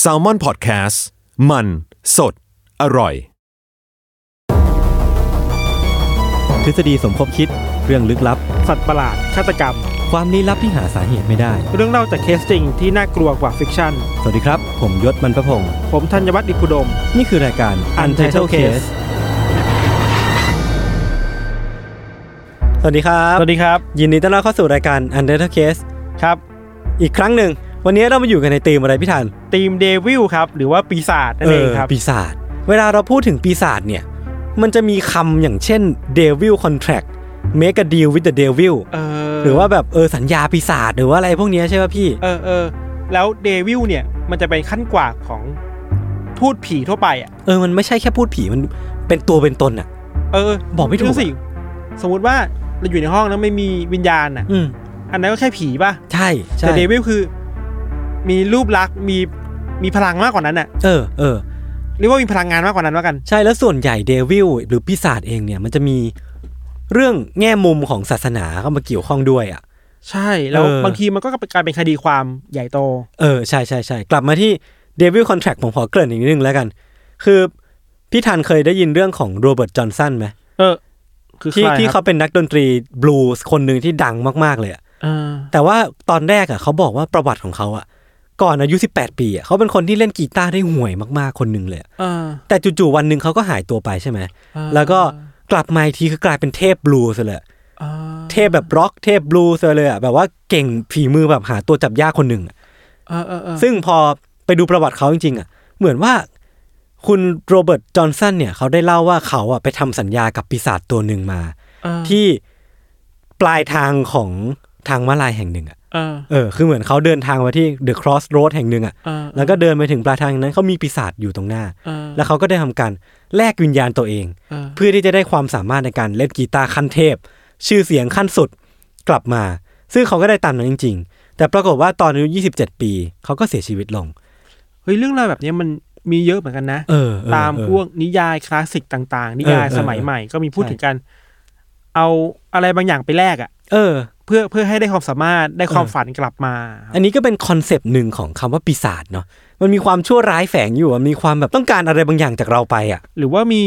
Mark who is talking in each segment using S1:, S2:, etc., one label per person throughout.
S1: แซลมอนพอดแคสต์มันสดอร่อย
S2: ทฤษฎีสมคบคิดเรื่องลึกลับ
S3: สัตว์ประหลาดฆาตกรรม
S2: ความลี้ลับที่หาสาเหตุไม่ได้
S3: เรื่องเล่าจากเคสจริงที่น่ากลัวกว่าฟิกชั่น
S2: สวัสดีครับ ผมยศมันประพงศ์
S3: ผมธัญวัฒน์อิพุดม
S2: นี่คือรายการ Untitled Case สวัสดีครับ
S3: สวัสดีครับ
S2: ยินดีต้อนรับเข้าสู่รายการ Untitled Case
S3: ครับ
S2: อีกครั้งหนึ่ง วันนี้เรามาอยู่กันในธีมอะไรพี่ทัน
S3: ทีมเดวิลครับ หรือว่าปีศาจนั่นเองครับ
S2: ปีศาจเวลาเราพูดถึงปีศาจเนี่ย มันจะมีคำอย่างเช่น Devil Contract Make a deal with the devil
S3: เออ
S2: หรือว่าแบบเออสัญญาปีศาจหรือว่าอะไรพวกเนี้ยใช่ป่ะพี่
S3: เออเออ แล้วเดวิลเนี่ย มันจะเป็นขั้นกว่าของทูตผีทั่วไปอ่ะ
S2: เออ มันไม่ใช่แค่พูดผี มันเป็นตัวเป็นตนอ่ะ
S3: เออ
S2: บอกไม่ถูกอะ
S3: ดูสิ สมมติว่าเราอยู่ในห้องแล้วไม่มีวิญญาณอ่ะ
S2: อืม
S3: อันนั้นก็แค่ผีป่ะ
S2: ใช่ ใช่
S3: แต่เดวิลคือ มีรูปลักษณ์ มี มีพลังมากกว่านั้นอ่ะ
S2: เออ เออ
S3: เรียกว่ามีพลังงานมากกว่านั้นว่ากัน
S2: ใช่ แล้วส่วนใหญ่เดวิลหรือปีศาจเองเนี่ย มันจะมีเรื่องแง่มุมของศาสนาเข้ามาเกี่ยวข้องด้วยอ่ะ
S3: ใช่ แล้ว
S2: เออ
S3: บางทีมันก็กลายเป็นคดีความใหญ่โต
S2: เออ ใช่ใช่ใช่ กลับมาที่เดวิลคอนแท c t ผมขอเกริ่นอีกนิดนึงแล้วกัน คือ พี่ทันเคยได้ยินเรื่องของโรเบิร์ตจอห์นสันไหม
S3: เออ คือ
S2: ที่
S3: ใคร
S2: ที่
S3: ครับ
S2: เขาเป็นนักดนตรีบลูส์คนหนึ่งที่ดังมากๆเลยอะ
S3: เออ
S2: แต่ว่าตอนแรกอ่ะเขาบอกว่าประวัติของเขาอ่ะ ก่อนอายุ 18 ปีอ่ะเขาเป็นคนที่เล่นกีตาร์ได้ห่วยมากๆคนหนึ่งเลยอะ
S3: เออ
S2: แต่จู่ๆวันหนึ่งเขาก็หายตัวไปใช่ไหม
S3: เออ
S2: แล้วก็กลับมาอีกทีคือกลายเป็นเทพบลูส์เลยอะ
S3: เออ
S2: เทพแบบร็อกเทพบลูส์เลยอ่ะแบบว่าเก่งฝีมือแบบหาตัวจับยากคนหนึ่งอะ
S3: เออเออเออ
S2: ซึ่งพอไปดูประวัติเขาจริงๆอ่ะ เหมือนว่าคุณโรเบิร์ตจอห์นสันเนี่ยเขาได้เล่าว่าเขาอ่ะไปทำสัญญากับปีศาจตัวหนึ่งมา
S3: เออ
S2: ที่ปลายทางของทางมาลายแห่งหนึ่งอ่ะ
S3: เออ
S2: เออ คือเหมือนเขาเดินทางมาที่ The Cross Road แห่งหนึ่งอะ่ะ
S3: เออ
S2: แล้วก็เดินไปถึงปลายทางนั้นเขามีปีศาจอยู่ตรงหน้า
S3: เออ
S2: แล้วเขาก็ได้ทำการแลกวิญญาณตัวเอง
S3: เออ
S2: เพื่อที่จะได้ความสามารถในการเล่นกีตาร์ขั้นเทพ ชื่อเสียงขั้นสุดกลับมา ซึ่งเขาก็ได้ตามนั้นจริง ๆ แต่ปรากฏว่าตอนอายุ 27 ปีเขาก็เสียชีวิตลง
S3: เฮ้ยเรื่องราวแบบเนี้ยมันมีเยอะเหมือนกันนะ
S2: เออเออ
S3: ตาม
S2: เออ
S3: พวกนิยายคลาสสิกต่าง ๆ นิยาย
S2: เออเออ
S3: สมัยใหม่ก็มีพูด
S2: ใช่
S3: ถึงกัน เอาอะไรบางอย่างไปแลกอ่ะ
S2: เออ
S3: เพื่อเพื่อให้ได้ความสามารถได้ความ
S2: เออ
S3: ฝันกลับมา
S2: อันนี้ก็เป็นคอนเซปต์หนึ่งของคำว่าปีศาจเนาะ มันมีความชั่วร้ายแฝงอยู่อะมีความแบบต้องการอะไรบางอย่างจากเราไปอ่ะ
S3: หรือว่ามี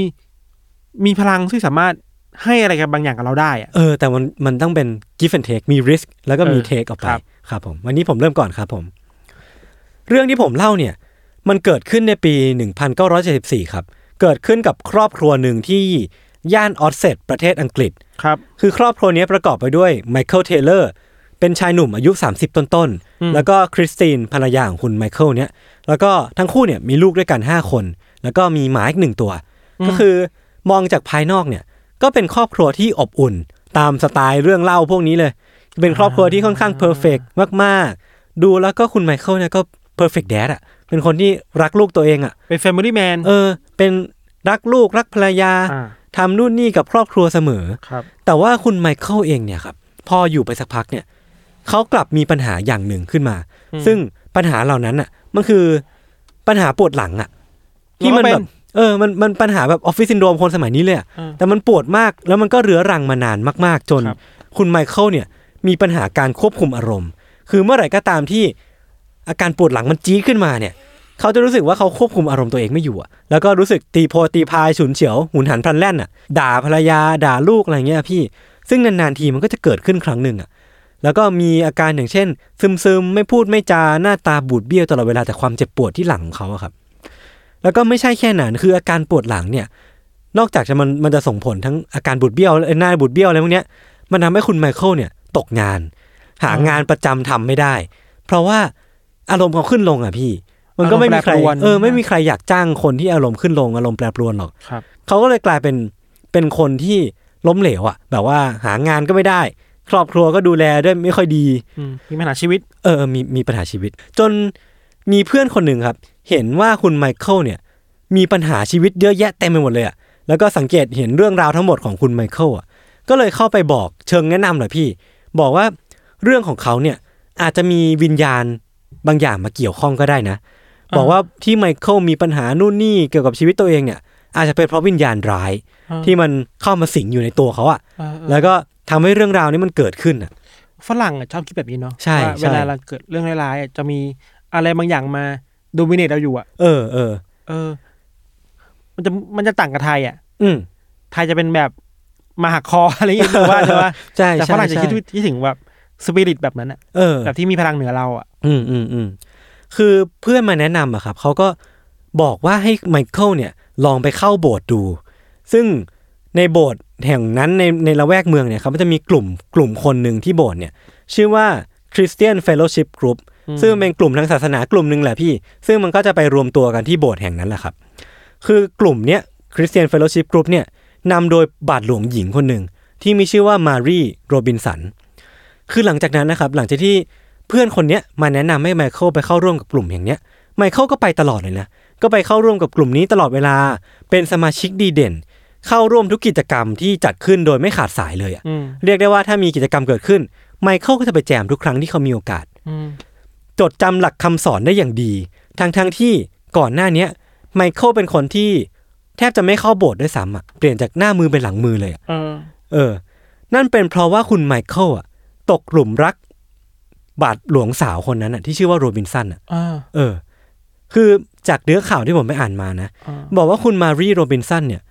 S3: มีพลังที่สามารถให้อะไรกับบางอย่างกับเราได้อ่ะ
S2: เออแต่มันมันต้องเป็น give and take มี risk แล้วก็มี
S3: เออ
S2: take ออกไป
S3: ครับ
S2: ครับผม วันนี้ผมเริ่มก่อนครับผม เรื่องที่ผมเล่าเนี่ย มันเกิดขึ้นในปี 1974 ครับ เกิดขึ้นกับครอบครัวหนึ่งที่ย่านออสเซตประเทศอังกฤษ
S3: ครับ
S2: คือครอบครัวนี้ประกอบไปด้วยไมเคิลเทเลอร์เป็นชายหนุ่มอายุ 30 ต้น
S3: อืม
S2: ๆ แล้วก็คริสตินภรรยาของคุณไมเคิลเนี่ยแล้วก็ทั้งคู่เนี่ยมีลูกด้วยกัน 5 คน แล้วก็มีหมาอีกหนึ่งตัว ก็คือมองจากภายนอกเนี่ย ก็เป็นครอบครัวที่อบอุ่น ตามสไตล์เรื่องเล่าพวกนี้เลย เป็นครอบครัวที่ค่อนข้างเพอร์เฟกมากๆ ดูแล้วก็คุณไมเคิลเนี่ยก็เพอร์เฟกแดดอ่ะเป็นคนที่รักลูกตัวเองอ่ะ
S3: เป็นแฟมิลี่แมน
S2: เออ เป็นรักลูกรักภรรยา
S3: ่า
S2: ทำนู่นนี่กับครอบครัวเสมอ
S3: ครับ
S2: แต่ว่าคุณไมเคิลเองเนี่ยครับพออยู่ไปสักพักเนี่ยเขากลับมีปัญหาอย่างหนึ่งขึ้นมา
S3: อืม
S2: ซึ่งปัญหาเหล่านั้นอ่ะ มันคือปัญหาปวดหลังอ่ะ ที่มัน
S3: เราก็เป็น
S2: แบบเออมันมันปัญหาแบบออฟฟิศซินโดรมคนสมัยนี้เลยอะ
S3: เออ
S2: แต่มันปวดมากแล้วมันก็เรื้อรังมานานมาก ๆ จน
S3: ครับ
S2: คุณไมเคิลเนี่ยมีปัญหาการควบคุมอารมณ์ คือเมื่อไหร่ก็ตามที่อาการปวดหลังมันจี๊ดขึ้นมาเนี่ย เขาจะรู้สึกว่าเขาควบคุมอารมณ์ตัวเองไม่อยู่อะแล้วก็รู้สึกตีโพตีพายฉุนเฉียวหุนหันพลันแล่นอะด่าภรรยาด่าลูกอะไรเงี้ยพี่ ซึ่งนานๆทีมันก็จะเกิดขึ้นครั้งหนึ่งอะแล้วก็มีอาการอย่างเช่น ซึมๆ ไม่พูดไม่จาหน้าตาบูดเบี้ยวตลอดเวลาแต่ความเจ็บปวดที่หลังของเขาอะครับ แล้วก็ไม่ใช่แค่นั้นคืออาการปวดหลังเนี่ย นอกจากจะมันมันจะส่งผลทั้งอาการบูดเบี้ยวและหน้าบูดเบี้ยวอะไรพวกเนี้ย มันทำให้คุณไมเคิลเนี่ยตกงาน หางานประจำทำไม่ได้ เพราะว่าอารมณ์เขาขึ้นลงอ่ะพี่ มันก็ไม่มีใคร
S3: อารมณ์แปรปรวน
S2: เออไม่มีใครอยากจ้างคนที่อารมณ์ขึ้นลงอารมณ์แปรปรวนหรอก
S3: ครับ
S2: เขาก็เลยกลายเป็นเป็นคนที่ล้มเหลวอะแบบว่าหางานก็ไม่ได้ ครอบครัวก็ดูแลด้วยไม่ค่อยดี
S3: อืมมีปัญหาชีวิต
S2: เออมีมีปัญหาชีวิต จนมีเพื่อนคนหนึ่งครับ เห็นว่าคุณไมเคิลเนี่ย มีปัญหาชีวิตเยอะแยะเต็มไปหมดเลยอะแล้วก็สังเกตเห็นเรื่องราวทั้งหมดของคุณไมเคิลอะก็เลยเข้าไปบอกเชิงแนะนำหน่อยพี่ บอกว่าเรื่องของเขาเนี่ยอาจจะมีวิญญาณบางอย่างมาเกี่ยวข้องก็ได้นะ
S3: อ่า
S2: บอกว่าที่ไมเคิลมีปัญหานู่นนี่เกี่ยวกับชีวิตตัวเองเนี่ย อาจจะเป็นเพราะวิญญาณร้าย ที่มันเข้ามาสิงอยู่ในตัวเขาอะ
S3: เออเออ
S2: แล้วก็ทำให้เรื่องราวนี้มันเกิดขึ้นอะ
S3: ฝรั่งอะชอบคิดแบบนี้เนาะ
S2: ใช่
S3: ว่า
S2: ใช่
S3: เวลาเราเกิดเรื่องร้ายๆอะจะมี อะไรบางอย่างมาโดมิเนตเราอยู่อ่ะ
S2: เออเออ
S3: เออ มันจะมันจะต่างกับไทยอ่ะ
S2: อืม
S3: ไทยจะเป็นแบบมาหักคอ อะไรอย่างเงี้ยหรือว่าหรือว่า
S2: ใช่
S3: แต่ฝ
S2: ใช่
S3: รั่งจะ
S2: ใช่
S3: คิดที่ถึงแบบสปิริตแบบนั้นอ่ะ
S2: เออ
S3: แบบที่มีพลังเหนือเราอ่ะ
S2: อืมอืมอืมคือเพื่อนมาแนะนำอะครับเขาก็บอกว่าให้ไมเคิลเนี่ยลองไปเข้าโบสถ์ดู ซึ่งในโบสถ์แห่งนั้นในในละแวกเมืองเนี่ยครับมันจะมีกลุ่มกลุ่มคนหนึ่งที่โบสถ์เนี่ย ชื่อว่า Christian Fellowship Group
S3: อืม
S2: ซึ่งเป็นกลุ่มทางศาสนากลุ่มหนึ่งแหละพี่ ซึ่งมันก็จะไปรวมตัวกันที่โบสถ์แห่งนั้นแหละครับ คือกลุ่มเนี้ย Christian Fellowship Group เนี่ยนำโดยบาทหลวงหญิงคนหนึ่งที่มีชื่อว่ามารีโรบินสัน คือหลังจากนั้นนะครับ หลังจากที่เพื่อนคนเนี้ยมาแนะนำให้ไมเคิลไปเข้าร่วมกับกลุ่มอย่างเนี้ยไมเคิลก็ไปตลอดเลยนะก็ไปเข้าร่วมกับกลุ่มนี้ตลอดเวลา เป็นสมาชิกดีเด่น เข้าร่วมทุกกิจกรรมที่จัดขึ้นโดยไม่ขาดสายเลยอะ
S3: อืม
S2: เรียกได้ว่าถ้ามีกิจกรรมเกิดขึ้นไมเคิลก็จะไปแจมทุกครั้งที่เขามีโอกาส
S3: อืม
S2: จดจำหลักคำสอนได้อย่างดี ทั้งทั้งๆที่ก่อนหน้าเนี้ยไมเคิลเป็นคนที่แทบจะไม่เข้าโบสถ์ด้วยซ้ำอะเปลี่ยนจากหน้ามือเป็นหลังมือเลยอะ
S3: เออ
S2: เออ นั่นเป็นเพราะว่าคุณไมเคิลอ่ะ ตกหลุมรัก บาดหลวงสาวคนนั้นอ่ะ ที่ชื่อว่าโรบินสันอ่ะ
S3: อ่า
S2: เออ คือจากเนื้อข่าวที่ผมไปอ่านมานะ
S3: อ่า
S2: บอกว่าคุณมารีโรบินสันเนี่ย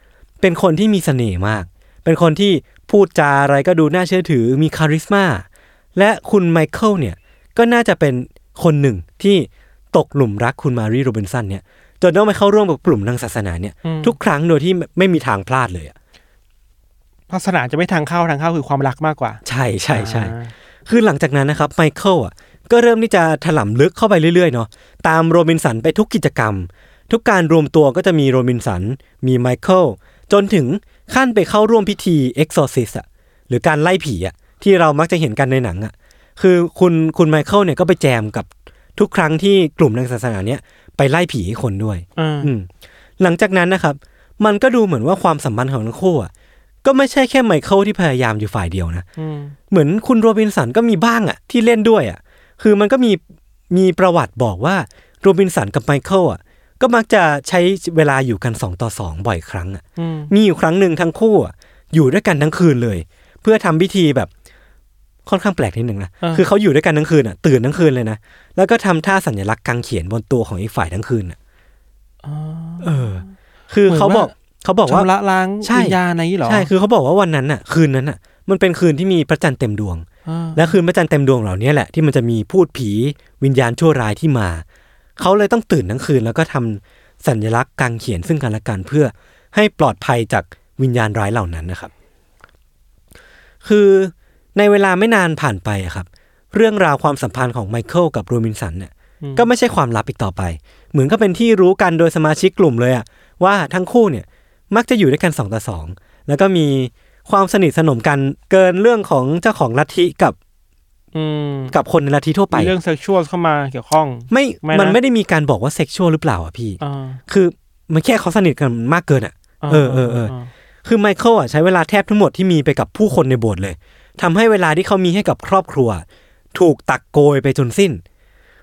S2: เป็นคนที่มีเสน่ห์มาก เป็นคนที่พูดจาอะไรก็ดูน่าเชื่อถือ มีคาริสมา และคุณไมเคิลเนี่ย ก็น่าจะเป็นคนหนึ่งที่ตกหลุมรักคุณมารีโรบินสันเนี่ย จนต้องไปเข้าร่วมกับกลุ่มทางศาสนาเนี่ย
S3: อืม
S2: ทุกครั้งโดยที่ไม่มีทางพลาดเลยอะ
S3: ศาสนาจะไม่ทางเข้าทางเข้าคือความรักมากกว่า
S2: ใช่ใช่ใช่
S3: อ่า
S2: คือหลังจากนั้นนะครับไมเคิลอ่ะก็เริ่มที่จะถล่ำลึกเข้าไปเรื่อยๆเนาะตามโรบินสันไปทุกกิจกรรม ทุกการรวมตัวก็จะมีโรบินสัน มีไมเคิลจนถึงขั้นไปเข้าร่วมพิธี Exorcist อะหรือการไล่ผีอะที่เรามักจะเห็นกันในหนังอะคือคุณคุณไมเคิลเนี่ยก็ไปแจมกับทุกครั้งที่กลุ่มทางศาสนาเนี้ยไปไล่ผีให้คนด้วย
S3: อ่า
S2: อืมหลังจากนั้นนะครับ มันก็ดูเหมือนว่าความสัมพันธ์ของทั้งคู่อะก็ไม่ใช่แค่ไมเคิลที่พยายามอยู่ฝ่ายเดียวนะ
S3: อืม
S2: เหมือนคุณโรบินสันก็มีบ้างอะที่เล่นด้วยอะคือมันก็มีมีประวัติบอกว่าโรบินสันกับไมเคิลอะก็มักจะใช้เวลาอยู่กัน 2 ต่อ 2 บ่อยครั้งอะ
S3: อืม
S2: มีอยู่ครั้งหนึ่งทั้งคู่อะอยู่ด้วยกันทั้งคืนเลย เพื่อทำพิธีแบบค่อนข้างแปลกนิดหนึ่งนะ
S3: า
S2: คือเขาอยู่ด้วยกันทั้งคืนอะตื่นทั้งคืนเลยนะแล้วก็ทำท่าสัญลักษณ์กางเขนบนตัวของอีกฝ่ายทั้งคืนอะ
S3: อ่า
S2: เออ คือเขาบอกเขาบอกว่า
S3: ชำระล้าง
S2: ใช่
S3: วิญญาณอะไรอย่างนี้เหรอ
S2: ใช่คือเขาบอกว่าวันนั้นอะคืนนั้นอะมันเป็นคืนที่มีพระจันทร์เต็มดวง
S3: อ่า
S2: และคืนพระจันทร์เต็มดวงเหล่านี้แหละที่มันจะมีพูดผีวิญญาณชั่วร้ายที่มา เขาเลยต้องตื่นทั้งคืนแล้วก็ทำสัญลักษณ์กางเขียนซึ่งกันและกันเพื่อให้ปลอดภัยจากวิญญาณร้ายเหล่านั้นนะครับ คือในเวลาไม่นานผ่านไปอะครับ เรื่องราวความสัมพันธ์ของไมเคิลกับโรบินสันเนี่ยก็ไม่ใช่ความลับอีกต่อไป เหมือนก็เป็นที่รู้กันโดยสมาชิกกลุ่มเลยอะว่าทั้งคู่เนี่ยมักจะอยู่ด้วยกันสองต่อสองแล้วก็มีความสนิทสนมกันเกินเรื่องของเจ้าของลัทธิกับ
S3: อืม
S2: กับคนในลัทธิทั่วไป
S3: มีเรื่องเซ็กชวลเข้ามาเกี่ยวข้อง
S2: ไม่
S3: ไม่นะ
S2: มันไม่ได้มีการบอกว่าเซ็กชวลหรือเปล่าอ่ะพี่
S3: อ่า
S2: คือมันแค่เขาสนิทกันมากเกินอ่ะ เออเออเออ คือไมเคิลอ่ะใช้เวลาแทบทั้งหมดที่มีไปกับผู้คนในโบสถ์เลยทำให้เวลาที่เขามีให้กับครอบครัว ถูกตักโกยไปจนสิ้น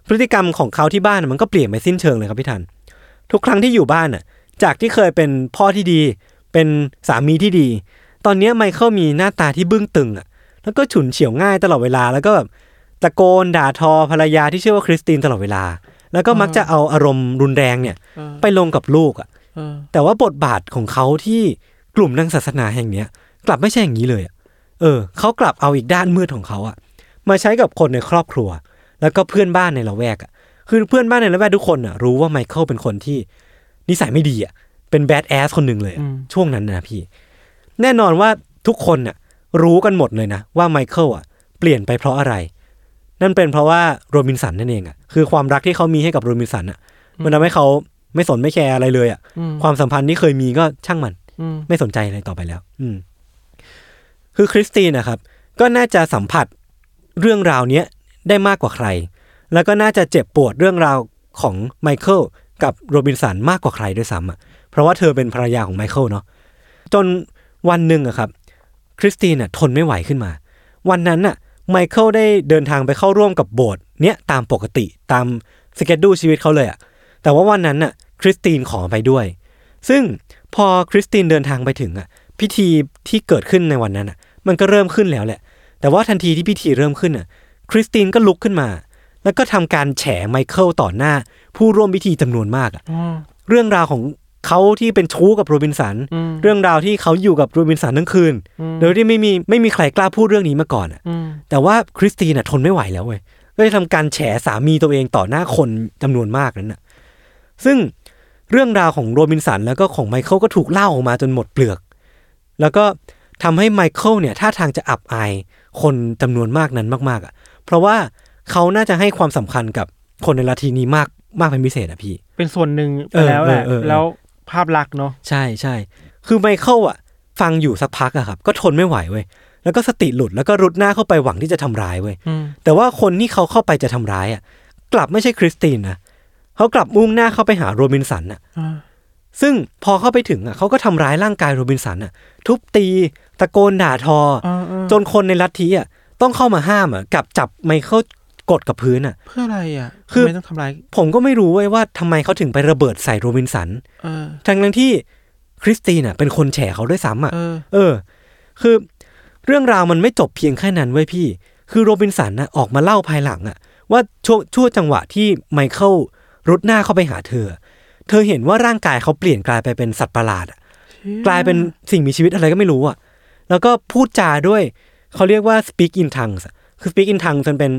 S2: พฤติกรรมของเขาที่บ้านมันก็เปลี่ยนไปสิ้นเชิงเลยครับพี่ทัน ทุกครั้งที่อยู่บ้านอ่ะ จากที่เคยเป็นพ่อที่ดี เป็นสามีที่ดี ตอนเนี้ยไมเคิลมีหน้าตาที่บึ้งตึงอ่ะ แล้วก็ฉุนเฉียวง่ายตลอดเวลาแล้วก็แบบตะโกนด่าทอภรรยาที่ชื่อว่าคริสตินตลอดเวลา แล้วก็มักจะเอาอารมณ์รุนแรงเนี่ย
S3: เออ
S2: ไปลงกับลูกอ่ะ
S3: เออ
S2: แต่ว่าบทบาทของเขาที่กลุ่มทางศาสนาแห่งเนี้ย กลับไม่ใช่อย่างนี้เลยอะเออ เขากลับเอาอีกด้านมืดของเขาอะมาใช้กับคนในครอบครัว แล้วก็เพื่อนบ้านในละแวกอะคือเพื่อนบ้านในละแวกทุกคนอะรู้ว่าไมเคิลเป็นคนที่นิสัยไม่ดีอะเป็นแบดแอสคนหนึ่งเลยอะ
S3: อืม
S2: ช่วงนั้นนะพี่ แน่นอนว่าทุกคนอะรู้กันหมดเลยนะ ว่าไมเคิลอะเปลี่ยนไปเพราะอะไร นั่นเป็นเพราะว่าโรบินสันนั่นเองอะคือความรักที่เขามีให้กับโรบินสันอะมันทำให้เขาไม่สนไม่แคร์อะไรเลยอะ
S3: อืม
S2: ความสัมพันธ์ที่เคยมีก็ช่างมัน
S3: อืม
S2: ไม่สนใจอะไรต่อไปแล้ว อืม คือคริสตีนนะครับ ก็น่าจะสัมผัสเรื่องราวเนี้ยได้มากกว่าใคร แล้วก็น่าจะเจ็บปวดเรื่องราวของไมเคิลกับโรบินสันมากกว่าใครด้วยซ้ำอ่ะเพราะว่าเธอเป็นภรรยาของไมเคิลเนาะจนวันหนึ่งอะครับ คริสตีนอะทนไม่ไหวขึ้นมา วันนั้นน่ะไมเคิลได้เดินทางไปเข้าร่วมกับโบสถ์เนี้ยตามปกติตามสเกจดูชีวิตเขาเลยอะแต่ว่าวันนั้นน่ะคริสตีนขอไปด้วย ซึ่งพอคริสตินเดินทางไปถึงอ่ะ พิธีที่เกิดขึ้นในวันนั้นอ่ะ มันก็เริ่มขึ้นแล้วแหละ แต่ว่าทันทีที่พิธีเริ่มขึ้นอ่ะ คริสตินก็ลุกขึ้นมา แล้วก็ทำการแฉไมเคิลต่อหน้า ผู้ร่วมพิธีจำนวนมากอะเรื่องราวของเขาที่เป็นชู้กับโรบินสัน
S3: อืม
S2: เรื่องราวที่เขาอยู่กับโรบินสันทั้งคืน
S3: อืม
S2: โดยที่ไม่มีไม่มีใครกล้าพูดเรื่องนี้มาก่อนอะ
S3: อืม
S2: แต่ว่าคริสตีน่ะทนไม่ไหวแล้วเว้ยก็เลยทำการแฉสามีตัวเองต่อหน้าคนจำนวนมากนั้นน่ะ ซึ่งเรื่องราวของโรบินสันแล้วก็ของไมเคิลก็ถูกเล่าออกมาจนหมดเปลือก แล้วก็ทำให้ไมเคิลเนี่ยท่าทางจะอับอายคนจำนวนมากนั้นมากๆอ่ะ เพราะว่าเขาน่าจะให้ความสำคัญกับคนในลัทธินี้มากมากเป็นพิเศษอะพี่
S3: เป็นส่วนหนึ่งไป
S2: เออ
S3: แล้วแหละ
S2: เออเออเออ
S3: แล้วภาพลักษณ์เนาะ
S2: ใช่ใช่ คือไมเคิลอ่ะ ฟังอยู่สักพักอะครับ ก็ทนไม่ไหวเว้ย แล้วก็สติหลุดแล้วก็รุดหน้าเข้าไปหวังที่จะทำร้ายเว้ย
S3: อืม
S2: แต่ว่าคนที่เขาเข้าไปจะทำร้ายอ่ะ กลับไม่ใช่คริสตินนะเขากลับมุ่งหน้าเข้าไปหาโรบินสันอ่ะ
S3: อ่า
S2: ซึ่งพอเข้าไปถึงอ่ะเขาก็ทำร้ายร่างกายโรบินสันอ่ะ ทุบตีตะโกนด่าทอ
S3: อ่าอ่า
S2: จนคนในลัทธิอ่ะต้องเข้ามาห้ามอ่ะกลับจับไมเคิลกดกับพื้นอ่ะ
S3: เพื่ออะไรอ่ะ
S2: คือ
S3: ทำไม่ต้องทำลาย
S2: ผมก็ไม่รู้เว้ยว่าทำไมเขาถึงไประเบิดใส่โรบินสัน
S3: เออ
S2: ทั้งนั้นที่คริสตินอ่ะเป็นคนแฉเขาด้วยซ้ำอ่ะ
S3: เออ
S2: เออ คือเรื่องราวมันไม่จบเพียงแค่นั้นเว้ยพี่ คือโรบินสันนะออกมาเล่าภายหลังอะว่าช่วงช่วงจังหวะที่ไมเคิลรุดหน้าเข้าไปหาเธอ เธอเห็นว่าร่างกายเขาเปลี่ยนกลายไปเป็นสัตว์ประหลาดอะกลายเป็นสิ่งมีชีวิตอะไรก็ไม่รู้อะแล้วก็พูดจาด้วย เขาเรียกว่า speak in tongues อะคือ speak in tongues มันเป็น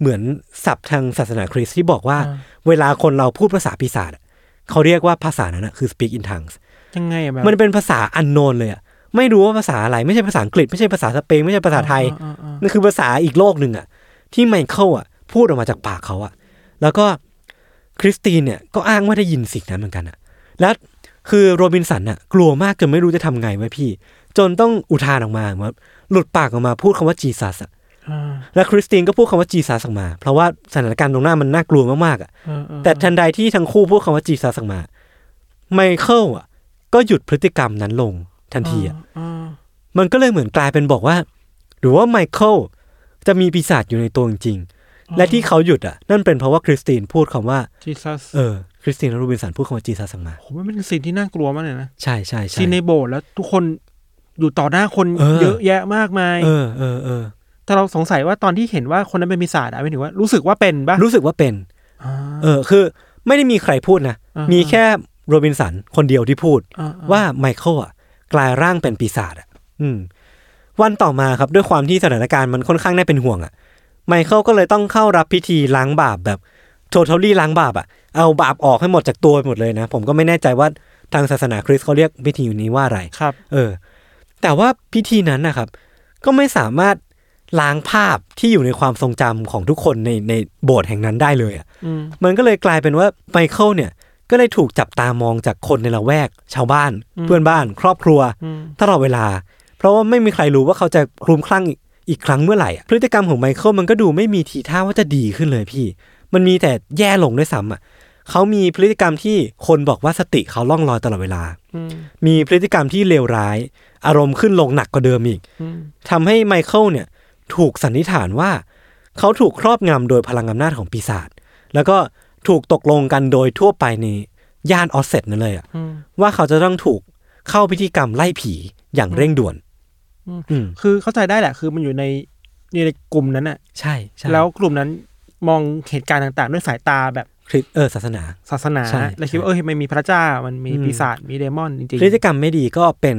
S2: เหมือนศัพท์ทางศาสนาคริสต์ที่บอกว่า
S3: อ่า
S2: เวลาคนเราพูดภาษาปีศาจอะเขาเรียกว่าภาษานั้นอะคือ speak in tongues
S3: ยังไงอะแบบ
S2: มันเป็นภาษาอันโนนเลยอะไม่รู้ว่าภาษาอะไรไม่ใช่ภาษาอังกฤษไม่ใช่ภาษาสเปนไม่ใช่ภาษาไทย
S3: อ่าอ่าอ่า
S2: นั่นคือภาษาอีกโลกหนึ่งอะที่ไมเคิลอะพูดออกมาจากปากเขาอะแล้วก็คริสตินเนี่ยก็อ้างว่าได้ยินสิ่งนั้นเหมือนกันอะแล้วคือโรบินสันอะกลัวมากจนไม่รู้จะทำไงไว้ยพี่ จนต้องอุทานออกมาเหมือนหลุดปากออกมาพูดคำว่าจีซัสอะ
S3: อ่า
S2: และคริสตินก็พูดคำว่าจีซัสออกมา เพราะว่าสถานการณ์ตรงหน้ามันน่ากลัวมากๆอะ
S3: เออเออ
S2: แต่ทันใดที่ทั้งคู่พูดคำว่าจีซัสออกมา ไมเคิลอ่ะ ก็หยุดพฤติกรรมนั้นลงทันทีอ่ะ
S3: อ่า
S2: มันก็เลยเหมือนกลายเป็นบอกว่า หรือว่าไมเคิลจะมีปีศาจอยู่ในตัวจริงๆและที่เขาหยุดอ่ะ นั่นเป็นเพราะว่าคริสตินพูดคำว่า
S3: จีซัส
S2: เออ คริสตินและโรูบินสันพูดคำว่าจีซัสออกมา
S3: ผมว่ามันเป็นสิ่งที่น่ากลัวมากเลยนะ
S2: ใช่ใช่ใช่
S3: ซีนในโบสถ์แล้วทุกคนอยู่ต่อหน้าคน
S2: เออ
S3: เยอะแยะมากมาย
S2: เออเออเออ
S3: แต่เราสงสัยว่าตอนที่เห็นว่าคนนั้นเป็นปีศาจอะไม่ถึงว่ารู้สึกว่าเป็นปะ
S2: รู้สึกว่าเป็น
S3: อ่า
S2: เออ คือไม่ได้มีใครพูดนะ
S3: อ่ามี
S2: มีแค่โรบินสันคนเดียวที่พูด
S3: อ่อ่
S2: ว่าไมเคิลอ่ะกลายร่างเป็นปีศาจอ่ะ อืม วันต่อมาครับด้วยความที่สถานการณ์มันค่อนข้างน่าเป็นห่วงอ่ะ ไมเคิลก็เลยต้องเข้ารับพิธีล้างบาปแบบโททอลี่ล้างบาปอ่ะ เอาบาปออกให้หมดจากตัวหมดเลยนะ ผมก็ไม่แน่ใจว่าทางศาสนาคริสต์เขาเรียกพิธีนี้ว่าอะไร
S3: ครับ
S2: เออ แต่ว่าพิธีนั้นนะครับ ก็ไม่สามารถล้างภาพที่อยู่ในความทรงจำของทุกคนในในโบสถ์แห่งนั้นได้เลยอ่ะ
S3: อืม
S2: มันก็เลยกลายเป็นว่าไมเคิลเนี่ย ก็เลยถูกจับตามองจากคนในละแวก ชาวบ้าน เพื่อนบ้าน ครอบครัว
S3: อืม
S2: ตลอดเวลา เพราะว่าไม่มีใครรู้ว่าเขาจะคลุมคลั่งอีกอีกครั้งเมื่อไหร่อะพฤติกรรมของไมเคิลมันก็ดูไม่มีทีท่าว่าจะดีขึ้นเลยพี่ มันมีแต่แย่ลงด้วยซ้ำอ่ะเขามีพฤติกรรมที่คนบอกว่าสติเขาล่องลอยตลอดเวลา
S3: อืม
S2: มีพฤติกรรมที่เลวร้าย อารมณ์ขึ้นลงหนักกว่าเดิมอีก
S3: อืม
S2: ทำให้ไมเคิลเนี่ยถูกสันนิษฐานว่า เขาถูกครอบงำโดยพลังอำนาจของปีศาจแล้วก็ถูกตกลงกันโดยทั่วไปในย่านออสเซตนั่นเลยอะ
S3: อืม
S2: ว่าเขาจะต้องถูกเข้าพิธีกรรมไล่ผีอย่างเร่งด่วน อืม
S3: คือเข้าใจได้แหละ คือมันอยู่ในอยู่ในกลุ่มนั้นอะ
S2: ใช่ใช่
S3: แล้วกลุ่มนั้นมองเหตุการณ์ต่างๆ ด้วยสายตาแบบ
S2: คริสเออศาสนา
S3: ศาสนา
S2: ใช่
S3: แล้วคิดว่าเออมันมีพระเจ้ามันมี
S2: อืม
S3: ปีศาจมีเดมอนจริง
S2: พฤติกรรมไม่ดีก็เป็น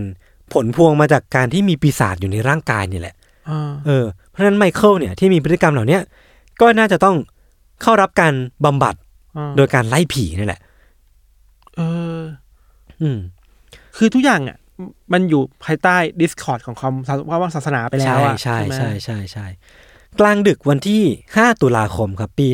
S2: ผลพวงมาจากการที่มีปีศาจอยู่ในร่างกายนี่แหละ
S3: ๆอ่า
S2: เออเพราะฉะนั้นไมเคิลเนี่ยที่มีพฤติกรรมเหล่าเนี้ยก็น่าจะต้องเข้ารับการบำบัด
S3: อ่า
S2: โดยการไล่ผีนี่แหละ
S3: เออ
S2: อืม
S3: คือทุกอย่างอ่ะมมันอยู่ภายใต้ Discord ของความศาสว่าว่าศาสนาไปแล้วอ่ะ
S2: ใช่
S3: ไหม
S2: ใช่ใช่ใช่ใช่ กลางดึกวันที่ 5 ตุลาคมครับปี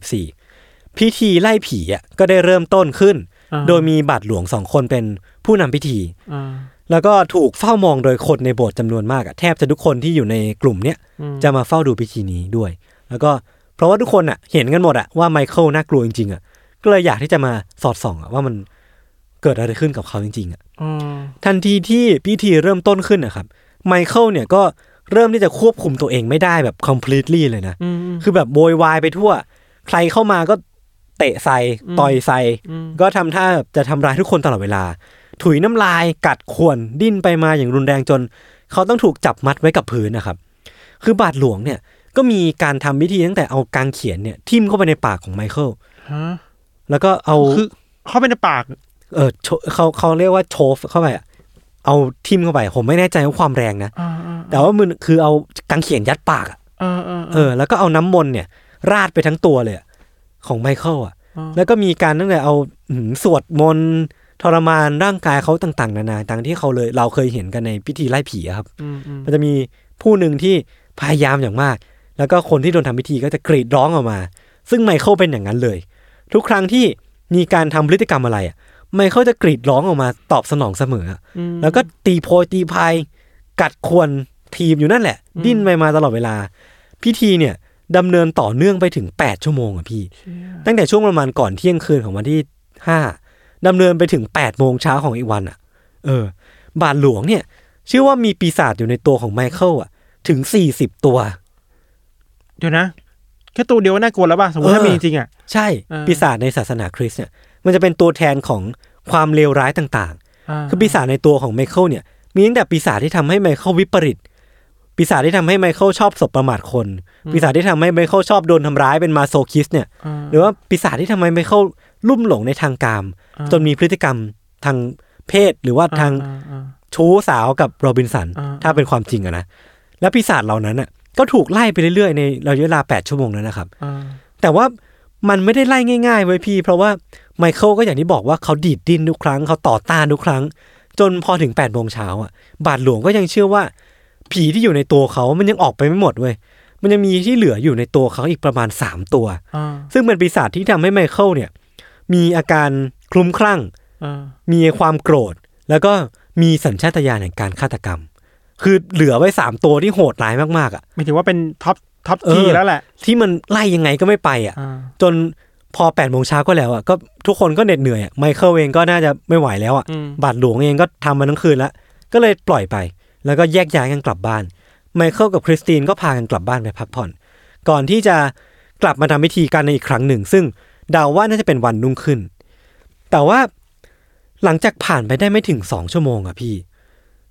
S2: 1974 พิธีไล่ผีอ่ะก็ได้เริ่มต้นขึ้น
S3: อ่า
S2: โดยมีบาทหลวงสองคนเป็นผู้นำพิธี
S3: อ่า
S2: แล้วก็ถูกเฝ้ามองโดยคนในโบสถ์จำนวนมากอ่ะแทบจะทุกคนที่อยู่ในกลุ่มเนี้ย
S3: อืม
S2: จะมาเฝ้าดูพิธีนี้ด้วย แล้วก็เพราะว่าทุกคนอ่ะเห็นกันหมดอ่ะว่าไมเคิลน่ากลัวจริงๆอ่ะก็เลยอยากที่จะมาสอดส่องอ่ะว่ามันเกิดอะไรขึ้นกับเขาจริงๆอ่ะ
S3: อ่า
S2: ทันทีที่พิธีเริ่มต้นขึ้นนะครับไมเคิลเนี่ยก็เริ่มที่จะควบคุมตัวเองไม่ได้แบบ completely เลยนะ
S3: อืม
S2: คือแบบโวยวายไปทั่ว ใครเข้ามาก็เตะใส่ต่อยใส่
S3: อืม
S2: ก็ทำท่าแบบจะทำร้ายทุกคนตลอดเวลา ถุยน้ำลายกัดข่วนดิ้นไปมาอย่างรุนแรงจน เขาต้องถูกจับมัดไว้กับพื้นนะครับ คือบาทหลวงเนี่ย ก็มีการทำวิธีตั้งแต่เอากางเขียนเนี่ยทิ่มเข้าไปในปากของไมเคิล
S3: ฮะ
S2: แล้วก็เอา
S3: คือเข้าไปในปาก
S2: เออโชเขาเขาเรียกว่าโชฟเข้าไปอะเอาทิ่มเข้าไป ผมไม่แน่ใจว่าความแรงนะ
S3: อ่า
S2: แต่ว่ามันคือเอากางเขียนยัดปากอะ
S3: เออเออ
S2: เออแล้วก็เอาน้ำมนต์เนี่ย ราดไปทั้งตัวเลยอะของไมเคิลอ่ะ แล้วก็มีการตั้งแต่เอาหืมสวดมนต์ทรมานร่างกายเขาต่างๆ นานาดังที่เขาเลยเราเคยเห็นกันในพิธีไล่ผีอะครับ
S3: อืมอืม
S2: มันจะมีผู้หนึ่งที่พยายามอย่างมาก แล้วก็คนที่โดนทำพิธีก็จะกรีดร้องออกมา ซึ่งไมเคิลเป็นอย่างนั้นเลย ทุกครั้งที่มีการทำพฤติกรรมอะไรอ่ะไมเคิลจะกรีดร้องออกมาตอบสนองเสมออะ
S3: อืม
S2: แล้วก็ตีโพยตีพายกัดควรทีมอยู่นั่นแหละ ดิ้นไปมาตลอดเวลา พิธีเนี่ยดำเนินต่อเนื่องไปถึง 8 ชั่วโมงอะพี่ ตั้งแต่ช่วงประมาณก่อนเที่ยงคืนของวันที่ 5ดำเนินไปถึง 8 โมงเช้าของอีกวันอะเออ บาทหลวงเนี่ย ชื่อว่ามีปีศาจอยู่ในตัวของไมเคิลอะถึง 40 ตัว
S3: เดี๋ยวนะ แค่ตัวเดียวก็น่ากลัวแล้วป่ะสมมติ
S2: เออ
S3: ถ้ามีจริงอ่ะ
S2: ใช่
S3: เออ
S2: ปีศาจในศาสนาคริสต์เนี่ยมันจะเป็นตัวแทนของความเลวร้ายต่าง ๆ คือปีศาจในตัวของไมเคิลเนี่ย มีตั้งแต่ปีศาจที่ทำให้ไมเคิลวิปริต ปีศาจที่ทำให้ไมเคิลชอบสบประมาทคน ปีศาจที่ทำให้ไมเคิลชอบโดนทำร้ายเป็นมาโซคิสเนี่ย
S3: อ่า
S2: หรือว่าปีศาจที่ทำให้ไมเคิลลุ่มหลงในทางกาม
S3: อ่า
S2: จนมีพฤติกรรมทางเพศหรือว่าทาง
S3: อ่อ่า
S2: ชู้สาวกับโรบินสัน
S3: อ่า
S2: ถ้าเป็นความจริงอะนะ และปีศาจเหล่านั้นอะก็ถูกไล่ไปเรื่อยๆในระยะเวลา 8 ชั่วโมงนั้นนะครับ
S3: อ่า
S2: แต่ว่ามันไม่ได้ไล่ง่ายๆเว้ยพี่ เพราะว่าไมเคิลก็อย่างที่บอกว่าเขาดีดดิ้นทุกครั้งเขาต่อต้านทุกครั้ง จนพอถึง8ปดโมงเช้าอ่ะ บาทหลวงก็ยังเชื่อว่า ผีที่อยู่ในตัวเขา มันยังออกไปไม่หมดเว้ยมันยังมีที่เหลืออยู่ในตัวเขาอีกประมาณ 3 ตัว
S3: อ่า
S2: ซึ่งเป็นปีศาจที่ทำให้ไมเคิลเนี่ย มีอาการคลุ้มคลั่ง
S3: อ่า
S2: มีความโกรธ แล้วก็มีสัญชาตญาณแห่งการฆาตกรรม คือเหลือไว้สามตัวที่โหดร้ายมากๆอ่ะ
S3: หมายถึงว่าเป็นท็อปท็อป
S2: เออ
S3: ทีแล้วแหละ
S2: ที่มันไล่ยังไงก็ไม่ไปอ่ะ
S3: อ่า
S2: จนพอ8ปดโมงเช้าก็แล้วอ่ะก็ทุกคนก็เหน็ดเหนื่อยอะไมเคิลเองก็น่าจะไม่ไหวแล้วอ่ะ
S3: อืม
S2: บาทหลวงเองก็ทำมาทั้งคืนละก็เลยปล่อยไป แล้วก็แยกย้ายกันกลับบ้านไมเคิลกับคริสตินก็พากันกลับบ้านไปพักผ่อน ก่อนที่จะกลับมาทำพิธีการในอีกครั้งหนึ่ง ซึ่งเดาว่าน่าจะเป็นวันรุ่งขึ้น แต่ว่าหลังจากผ่านไปได้ไม่ถึงสองชั่วโมงอ่ะพี่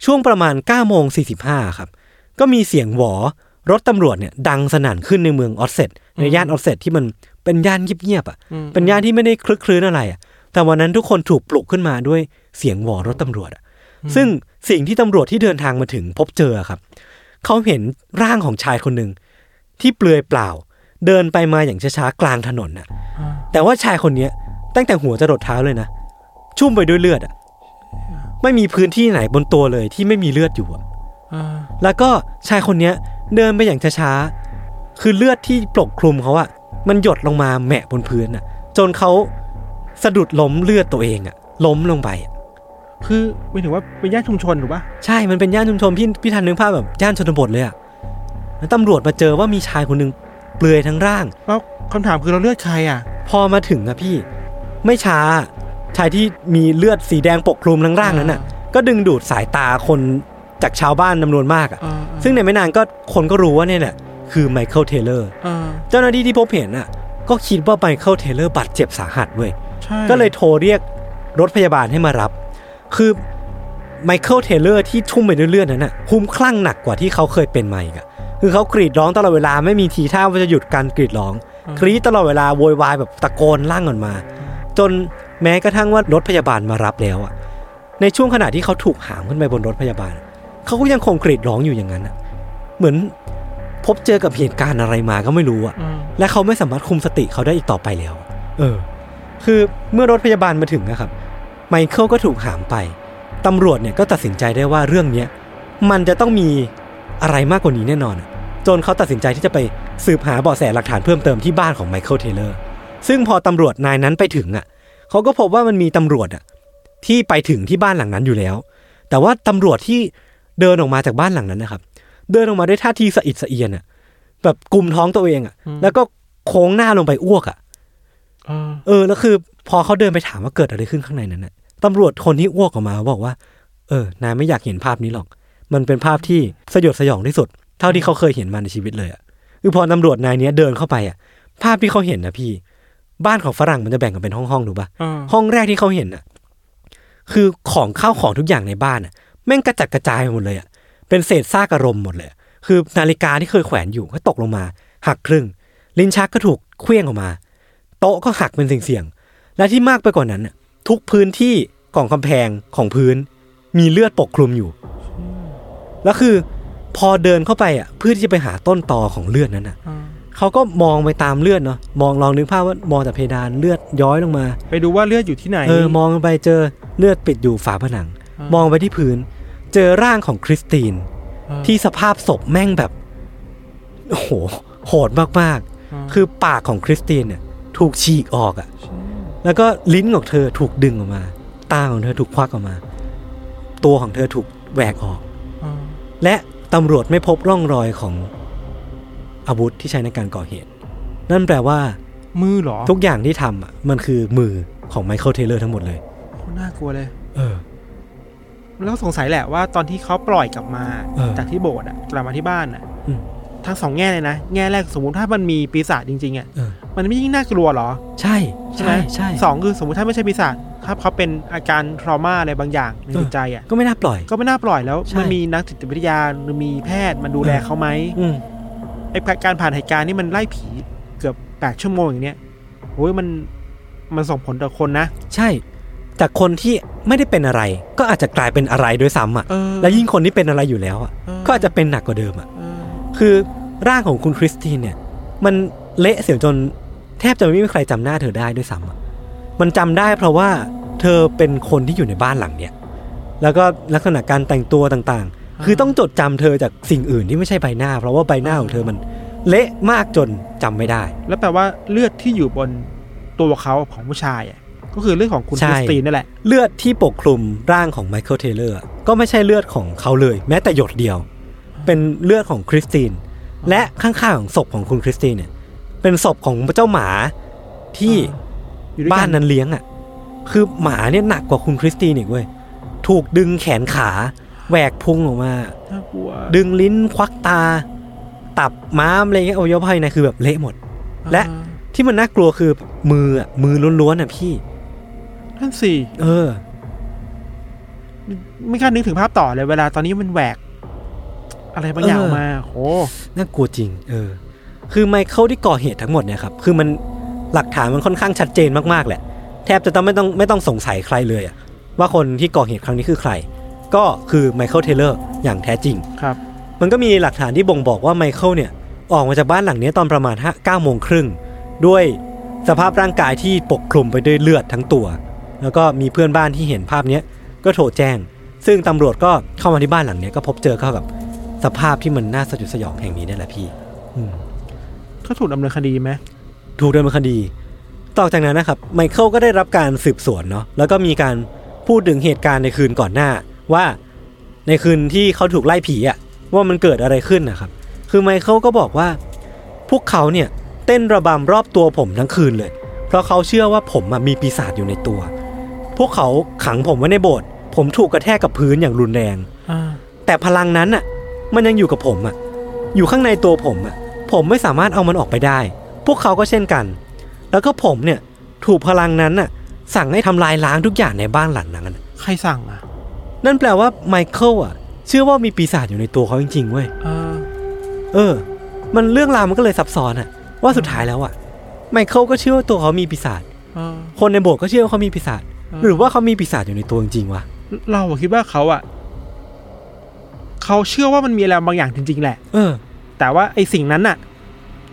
S2: ช่วงประมาณ9ก้าโมงสีครับ ก็มีเสียงหวอรถตำรวจเนี่ยดังสนั่นขึ้นในเมืองออสเซตในย่านออสเซตที่มันเป็นย่านเงียบๆอ่ะ
S3: อืม
S2: เป็นย่านที่ไม่ได้คลึกคลื้นอะไรอ่ะ แต่วันนั้นทุกคนถูกปลุกขึ้นมาด้วยเสียงหวอรถตำรวจอ่ะ ซึ่งสิ่งที่ตำรวจที่เดินทางมาถึงพบเจอครับ เขาเห็นร่างของชายคนหนึ่งที่เปลือยเปล่า เดินไปมาอย่างช้าๆกลางถนนน่ะ แต่ว่าชายคนเนี้ยตั้งแต่หัวจะหลดเท้าเลยนะ ชุ่มไปด้วยเลือดอ่ะ ไม่มีพื้นที่ไหนบนตัวเลยที่ไม่มีเลือดอยู่อะ
S3: อ่า
S2: แล้วก็ชายคนเนี้ยเดินไปอย่างช้าๆ คือเลือดที่ปกคลุมเขาอะมันหยดลงมาแหมะบนพื้นอะจนเขาสะดุดล้มเลือดตัวเองอะล้มลงไปอะ
S3: คือหมายถึงว่าเป็นย่านชุมชนหรือปะ
S2: ใช่ มันเป็นย่านชุมชนพี่พี่ทันนึกภาพแบบย่านชนบทเลยอะแล้วตำรวจมาเจอว่ามีชายคนหนึ่งเปลือยทั้งร่าง
S3: แล้วคำถามคือเราเลือดใครอ่ะ
S2: พอมาถึงอะพี่ ไม่ช้า ชายที่มีเลือดสีแดงปกคลุมทั้งร่างนั้นน่ะ
S3: อ่
S2: ก็ดึงดูดสายตาคนจากชาวบ้านจำนวนมากอะ
S3: อ่า
S2: ซึ่งในไม่นานก็คนก็รู้ว่าเนี่ยแหละคือไมเคิลเทเลอร์
S3: อ่า
S2: เจ้าหน้าที่ที่พบเห็นน่ะ ก็คิดว่าไมเคิลเทเลอร์บาดเจ็บสาหัสเว้ย
S3: ใช่
S2: ก็เลยโทรเรียกรถพยาบาลให้มารับ คือไมเคิลเทเลอร์ที่ชุ่มไปด้วยเลือดนั้นน่ะคลุ้มคลั่งหนักกว่าที่เขาเคยเป็นมาอีกอะคือเขากรีดร้องตลอดเวลาไม่มีทีท่าว่าจะหยุดการกรีดร้อง กรีดตลอดเวลาโวยวายแบบตะโกนลั่งออกมา จนแม้กระทั่งว่ารถพยาบาลมารับแล้วอะในช่วงขณะที่เขาถูกหามขึ้นไปบนรถพยาบาล เขาก็ยังคงกรีดร้องอยู่อย่างนั้นอะเหมือนพบเจอกับเหตุการณ์อะไรมาก็ไม่รู้อะ
S3: อืม
S2: และเขาไม่สามารถคุมสติเขาได้อีกต่อไปแล้ว เออ คือเมื่อรถพยาบาลมาถึงนะครับ ไมเคิลก็ถูกหามไป ตำรวจเนี่ยก็ตัดสินใจได้ว่าเรื่องเนี้ยมันจะต้องมีอะไรมากกว่านี้แน่นอนอะจนเขาตัดสินใจที่จะไปสืบหาเบาะแสหลักฐานเพิ่มเติมที่บ้านของไมเคิลเทเลอร์ ซึ่งพอตำรวจนายนั้นไปถึงอ่ะ เขาก็พบว่ามันมีตำรวจอ่ะที่ไปถึงที่บ้านหลังนั้นอยู่แล้ว แต่ว่าตำรวจที่เดินออกมาจากบ้านหลังนั้นนะครับ เดินออกมาด้วยท่าทีสะอิดสะเอียนอ่ะ แบบกลุมท้องตัวเองอ่ะ แล้วก็โค้งหน้าลงไปอ้วกอ่ะ
S3: อ่า
S2: เออ แล้วคือ พอเขาเดินไปถามว่าเกิดอะไรขึ้นข้างในนั้นน่ะตำรวจคนที่อ้วกออกมาบอกว่า เออ นายไม่อยากเห็นภาพนี้หรอก มันเป็นภาพที่สยดสยองที่สุด เท่าที่เขาเคยเห็นมาในชีวิตเลยอ่ะ คือพอตำรวจนายเนี้ยเดินเข้าไปอ่ะ ภาพที่เขาเห็นนะพี่ บ้านของฝรั่งมันจะแบ่งกันเป็นห้องๆถูกปะ
S3: อ่า
S2: ห้องแรกที่เขาเห็นน่ะ คือของข้าวของทุกอย่างในบ้านน่ะแม่งกระจัดกระจายไปหมดเลยอ่ะเป็นเศษซากอารมณ์หมดเลยอะ คือนาฬิกาที่เคยแขวนอยู่ก็ตกลงมา หักครึ่ง ลิ้นชักก็ถูกเคลื่องออกมา โต๊ะก็หักเป็นเสี่ยงๆและที่มากไปกว่านั้นน่ะทุกพื้นที่ของกำแพงของพื้น มีเลือดปกคลุมอยู่ แล้วคือพอเดินเข้าไปอ่ะเพื่อที่จะไปหาต้นตอของเลือดนั้นอ่ะ
S3: อ่า
S2: เขาก็มองไปตามเลือดเนาะมองลองนึกภาพว่ามองแต่เพดานเลือดย้อยลงมา
S3: ไปดูว่าเลือดอยู่ที่ไหน
S2: เออ มองไปเจอเลือดปิดอยู่ฝาผนัง มองไปที่พื้น เจอร่างของคริสติน
S3: เออ
S2: ที่สภาพศพแม่งแบบโอ้โหโหดมาก
S3: า
S2: ๆ คือปากของคริสตินเนี่ยถูกฉีกออกอะ่ะ แล้วก็ลิ้นของเธอถูกดึงออกมา ตาของเธอถูกควักออกมา ตัวของเธอถูกแหวกออก
S3: อ่า
S2: และตำรวจไม่พบร่องรอยของอาวุธที่ใช้ในการก่อเหตุ นั่นแปลว่า
S3: มือเหรอ
S2: ทุกอย่างที่ทำอะมันคือมือของไมเคิลเทเลอร์ทั้งหมดเลย
S3: โคตรน่ากลัวเลย
S2: เออ
S3: แล้วสงสัยแหละว่าตอนที่เขาปล่อยกลับมา
S2: เออ
S3: จากที่โบสถ์อะกลับมาที่บ้านอะ
S2: อืม
S3: ทั้งสองแง่เลยนะ แง่แรกสมมติถ้ามันมีปีศาจจริงๆอะ
S2: เออ
S3: มันไม่ยิ่งน่ากลัวเหรอ
S2: ใช่
S3: ใช่ไหมสองคือสมมติถ้าไม่ใช่ปีศาจถ้าเขาเป็นอาการทรมาอะไรบางอย่างในจิตใจอะ
S2: ก็ไม่น่าปล่อย
S3: ก็ไม่น่าปล่อยแล้ว
S2: ใช่
S3: มันมีนักจิตวิทยาหรือมีแพทย์มันดูแล
S2: เออ
S3: เขาไหม
S2: อืม
S3: ไอการผ่านเหตุการณ์นี่มันไล่ผีเกือบแปดชั่วโมงอย่างเนี้ยโอ้ยมันมันส่งผลต่อคนนะ
S2: ใช่ แต่คนที่ไม่ได้เป็นอะไร ก็อาจจะกลายเป็นอะไรด้วยซ้ำอ่ะ
S3: เออ
S2: และยิ่งคนที่เป็นอะไรอยู่แล้วอ่ะ
S3: เออ
S2: ก็อาจจะเป็นหนักกว่าเดิมอ่ะ
S3: เออ
S2: คือร่างของคุณคริสตินเนี่ย มันเละเสียจนแทบจะไม่มีใครจำหน้าเธอได้ด้วยซ้ำอะมันจำได้เพราะว่าเธอเป็นคนที่อยู่ในบ้านหลังเนี่ย แล้วก็ลักษณะการแต่งตัวต่างๆ คือต้องจดจำเธอจากสิ่งอื่นที่ไม่ใช่ใบหน้า เพราะว่าใบหน้าของเธอมันเละมากจนจำไม่ได้
S3: แล้วแปลว่าเลือดที่อยู่บนตัวเขาของผู้ชายอะก็คือเลือดของคุณ
S2: ใช่
S3: คริสตีนนั่นแหละ
S2: เลือดที่ปกคลุมร่างของไมเคิลเทเลอร์ก็ไม่ใช่เลือดของเขาเลย แม้แต่หยดเดียว เป็นเลือดของคริสตินและข้างๆของศพของคุณคริสตินเนี่ยเป็นศพของเจ้าหมาที่
S3: อยู่ด้วยกั
S2: บ้านนั้นเลี้ยงอ่ะคือหมาเนี่ยหนักกว่าคุณคริสตินอีกเว้ยถูกดึงแขนขาแหวกพุงออกมา
S3: น่ากลัว
S2: ดึงลิ้นควักตา ตับม้ามอะไรเงี้ยอวัยวะภายในคือแบบเละหมด และ
S3: อ่า
S2: ที่มันน่ากลัวคือมืออะมือล้วนๆอ่ะพี่
S3: นั่นสิ
S2: เออ
S3: ไม่กล้านึกถึงภาพต่อเลยเวลาตอนนี้มันแหวก อะไรบางอย่าง
S2: เออ
S3: ออกมาโห
S2: น่ากลัวจริง เออ คือไมเคิลที่ก่อเหตุทั้งหมดเนี่ยครับ คือมันหลักฐานมันค่อนข้างชัดเจนมากๆแหละ แทบจะต้องไม่ต้องไม่ต้องสงสัยใครเลยอะว่าคนที่ก่อเหตุครั้งนี้คือใคร ก็คือไมเคิลเทเลอร์อย่างแท้จริง
S3: ครับ
S2: มันก็มีหลักฐานที่บ่งบอกว่าไมเคิลเนี่ย ออกมาจากบ้านหลังเนี้ยตอนประมาณห้าเก้าโมงครึ่งด้วยสภาพร่างกายที่ปกคลุมไปด้วยเลือดทั้งตัว แล้วก็มีเพื่อนบ้านที่เห็นภาพเนี้ยก็โทรแจ้ง ซึ่งตำรวจก็เข้ามาที่บ้านหลังเนี้ยก็พบเจอเข้ากับสภาพที่มันน่าสยดสยองแห่งนี้เนี่ยแหละพี่ อืม
S3: เขาถูกดำเนินคดีไหม
S2: ถูกดำเนินคดี ต่อจากนั้นนะครับไมเคิลก็ได้รับการสืบสวนเนาะ แล้วก็มีการพูดถึงเหตุการณ์ในคืนก่อนหน้า ว่าในคืนที่เขาถูกไล่ผีอะว่ามันเกิดอะไรขึ้นนะครับ คือไมเคิลก็บอกว่า พวกเขาเนี่ยเต้นระบำรอบตัวผมทั้งคืนเลย เพราะเขาเชื่อว่าผมอะมีปีศาจอยู่ในตัว พวกเขาขังผมไว้ในโบสถ์ ผมถูกกระแทกกับพื้นอย่างรุนแรง
S3: อ่า
S2: แต่พลังนั้นน่ะ มันยังอยู่กับผมอ่ะ อยู่ข้างในตัวผมอ่ะ ผมไม่สามารถเอามันออกไปได้ พวกเขาก็เช่นกัน แล้วก็ผมเนี่ย ถูกพลังนั้นน่ะ สั่งให้ทำลายล้างทุกอย่างในบ้านหลังนั้นน่ะ
S3: ใครสั่งอ่ะ
S2: นั่นแปลว่าไมเคิลอ่ะ เชื่อว่ามีปีศาจอยู่ในตัวเขาจริงๆเว้ย
S3: อ่า
S2: เออ มันเรื่องราวมันก็เลยซับซ้อนอ่ะ ว่าสุดท้ายแล้วอ่ะ ไมเคิลก็เชื่อว่าตัวเขามีปีศาจ
S3: อ่า
S2: คนในโบสถ์ก็เชื่อว่าเขามีปีศาจ
S3: เออ
S2: หรือว่าเขามีปีศาจอยู่ในตัวจริงๆวะ
S3: เราอะคิดว่าเขาอ่ะเขาเชื่อว่ามันมีอะไรบางอย่างจริง ๆ แหละ
S2: เออ
S3: แต่ว่าไอสิ่งนั้นน่ะ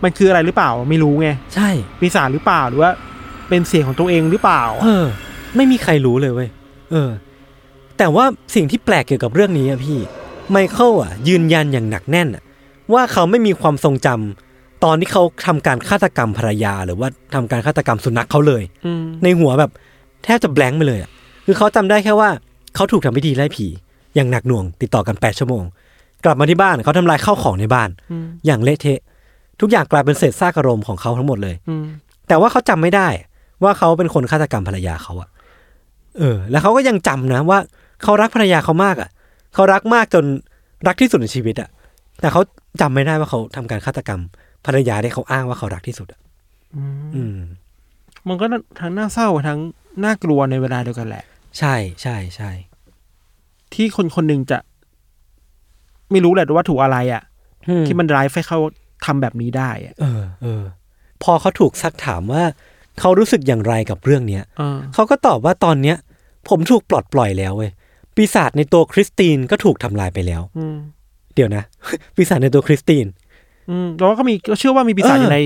S3: มันคืออะไรหรือเปล่าไม่รู้ไง
S2: ใช่
S3: ปีศาจหรือเปล่าหรือว่า เป็นเสียงของตัวเองหรือเปล่า
S2: เออ ไม่มีใครรู้เลยเว้ยเออ แต่ว่าสิ่งที่แปลกเกี่ยวกับเรื่องนี้อะพี่ ไมเคิลอ่ะ ยืนยันอย่างหนักแน่นอะว่าเขาไม่มีความทรงจำตอนที่เขาทำการฆาตกรรมภรรยา หรือว่าทำการฆาตกรรมสุนัขเขาเลย
S3: อืม
S2: ในหัวแบบ แทบจะแบงค์ไปเลยอะคือเขาจำได้แค่ว่า เขาถูกทำพิธีไล่ผี อย่างหนักหน่วง ติดต่อกันแปดชั่วโมง กลับมาที่บ้านเขาทำลายข้าวของในบ้าน
S3: อืม
S2: อย่างเละเทะ ทุกอย่างกลายเป็นเศษซากอารมณ์ของเขาทั้งหมดเลย
S3: อืม
S2: แต่ว่าเขาจำไม่ได้ ว่าเขาเป็นคนฆาตกรรมภรรยาเขาอะเออ แล้วเขาก็ยังจำนะว่า เขารักภรรยาเขามากอะเขารักมากจนรักที่สุดในชีวิตอะแต่เขาจำไม่ได้ว่าเขาทำการฆาตกรรมภรรยาที่เขาอ้างว่าเขารักที่สุดอะ
S3: อืม
S2: อืม
S3: มันก็ทั้งน่าเศร้าทั้งน่ากลัวในเวลาเดียวกันแหละ
S2: ใช่ใช่ใช่
S3: ที่คนคนหนึ่งจะ ไม่รู้แหละว่าถูกอะไรอะ่ะ
S2: อืม
S3: ที่มันร้ายให้เขาทำแบบนี้ได้อะ
S2: เออเออ พอเขาถูกซักถามว่า เขารู้สึกอย่างไรกับเรื่องเนี้ย
S3: เออ
S2: เขาก็ตอบว่าตอนเนี้ย ผมถูกปลดปล่อยแล้วเว้ยปีศาจในตัวคริสตินก็ถูกทำลายไปแล้ว
S3: อืม
S2: เดี๋ยวนะ ปีศาจในตัวคริสติน
S3: อืมแล้วก็มีเราเชื่อว่ามีปีศาจ
S2: เอออ
S3: อยู่ใน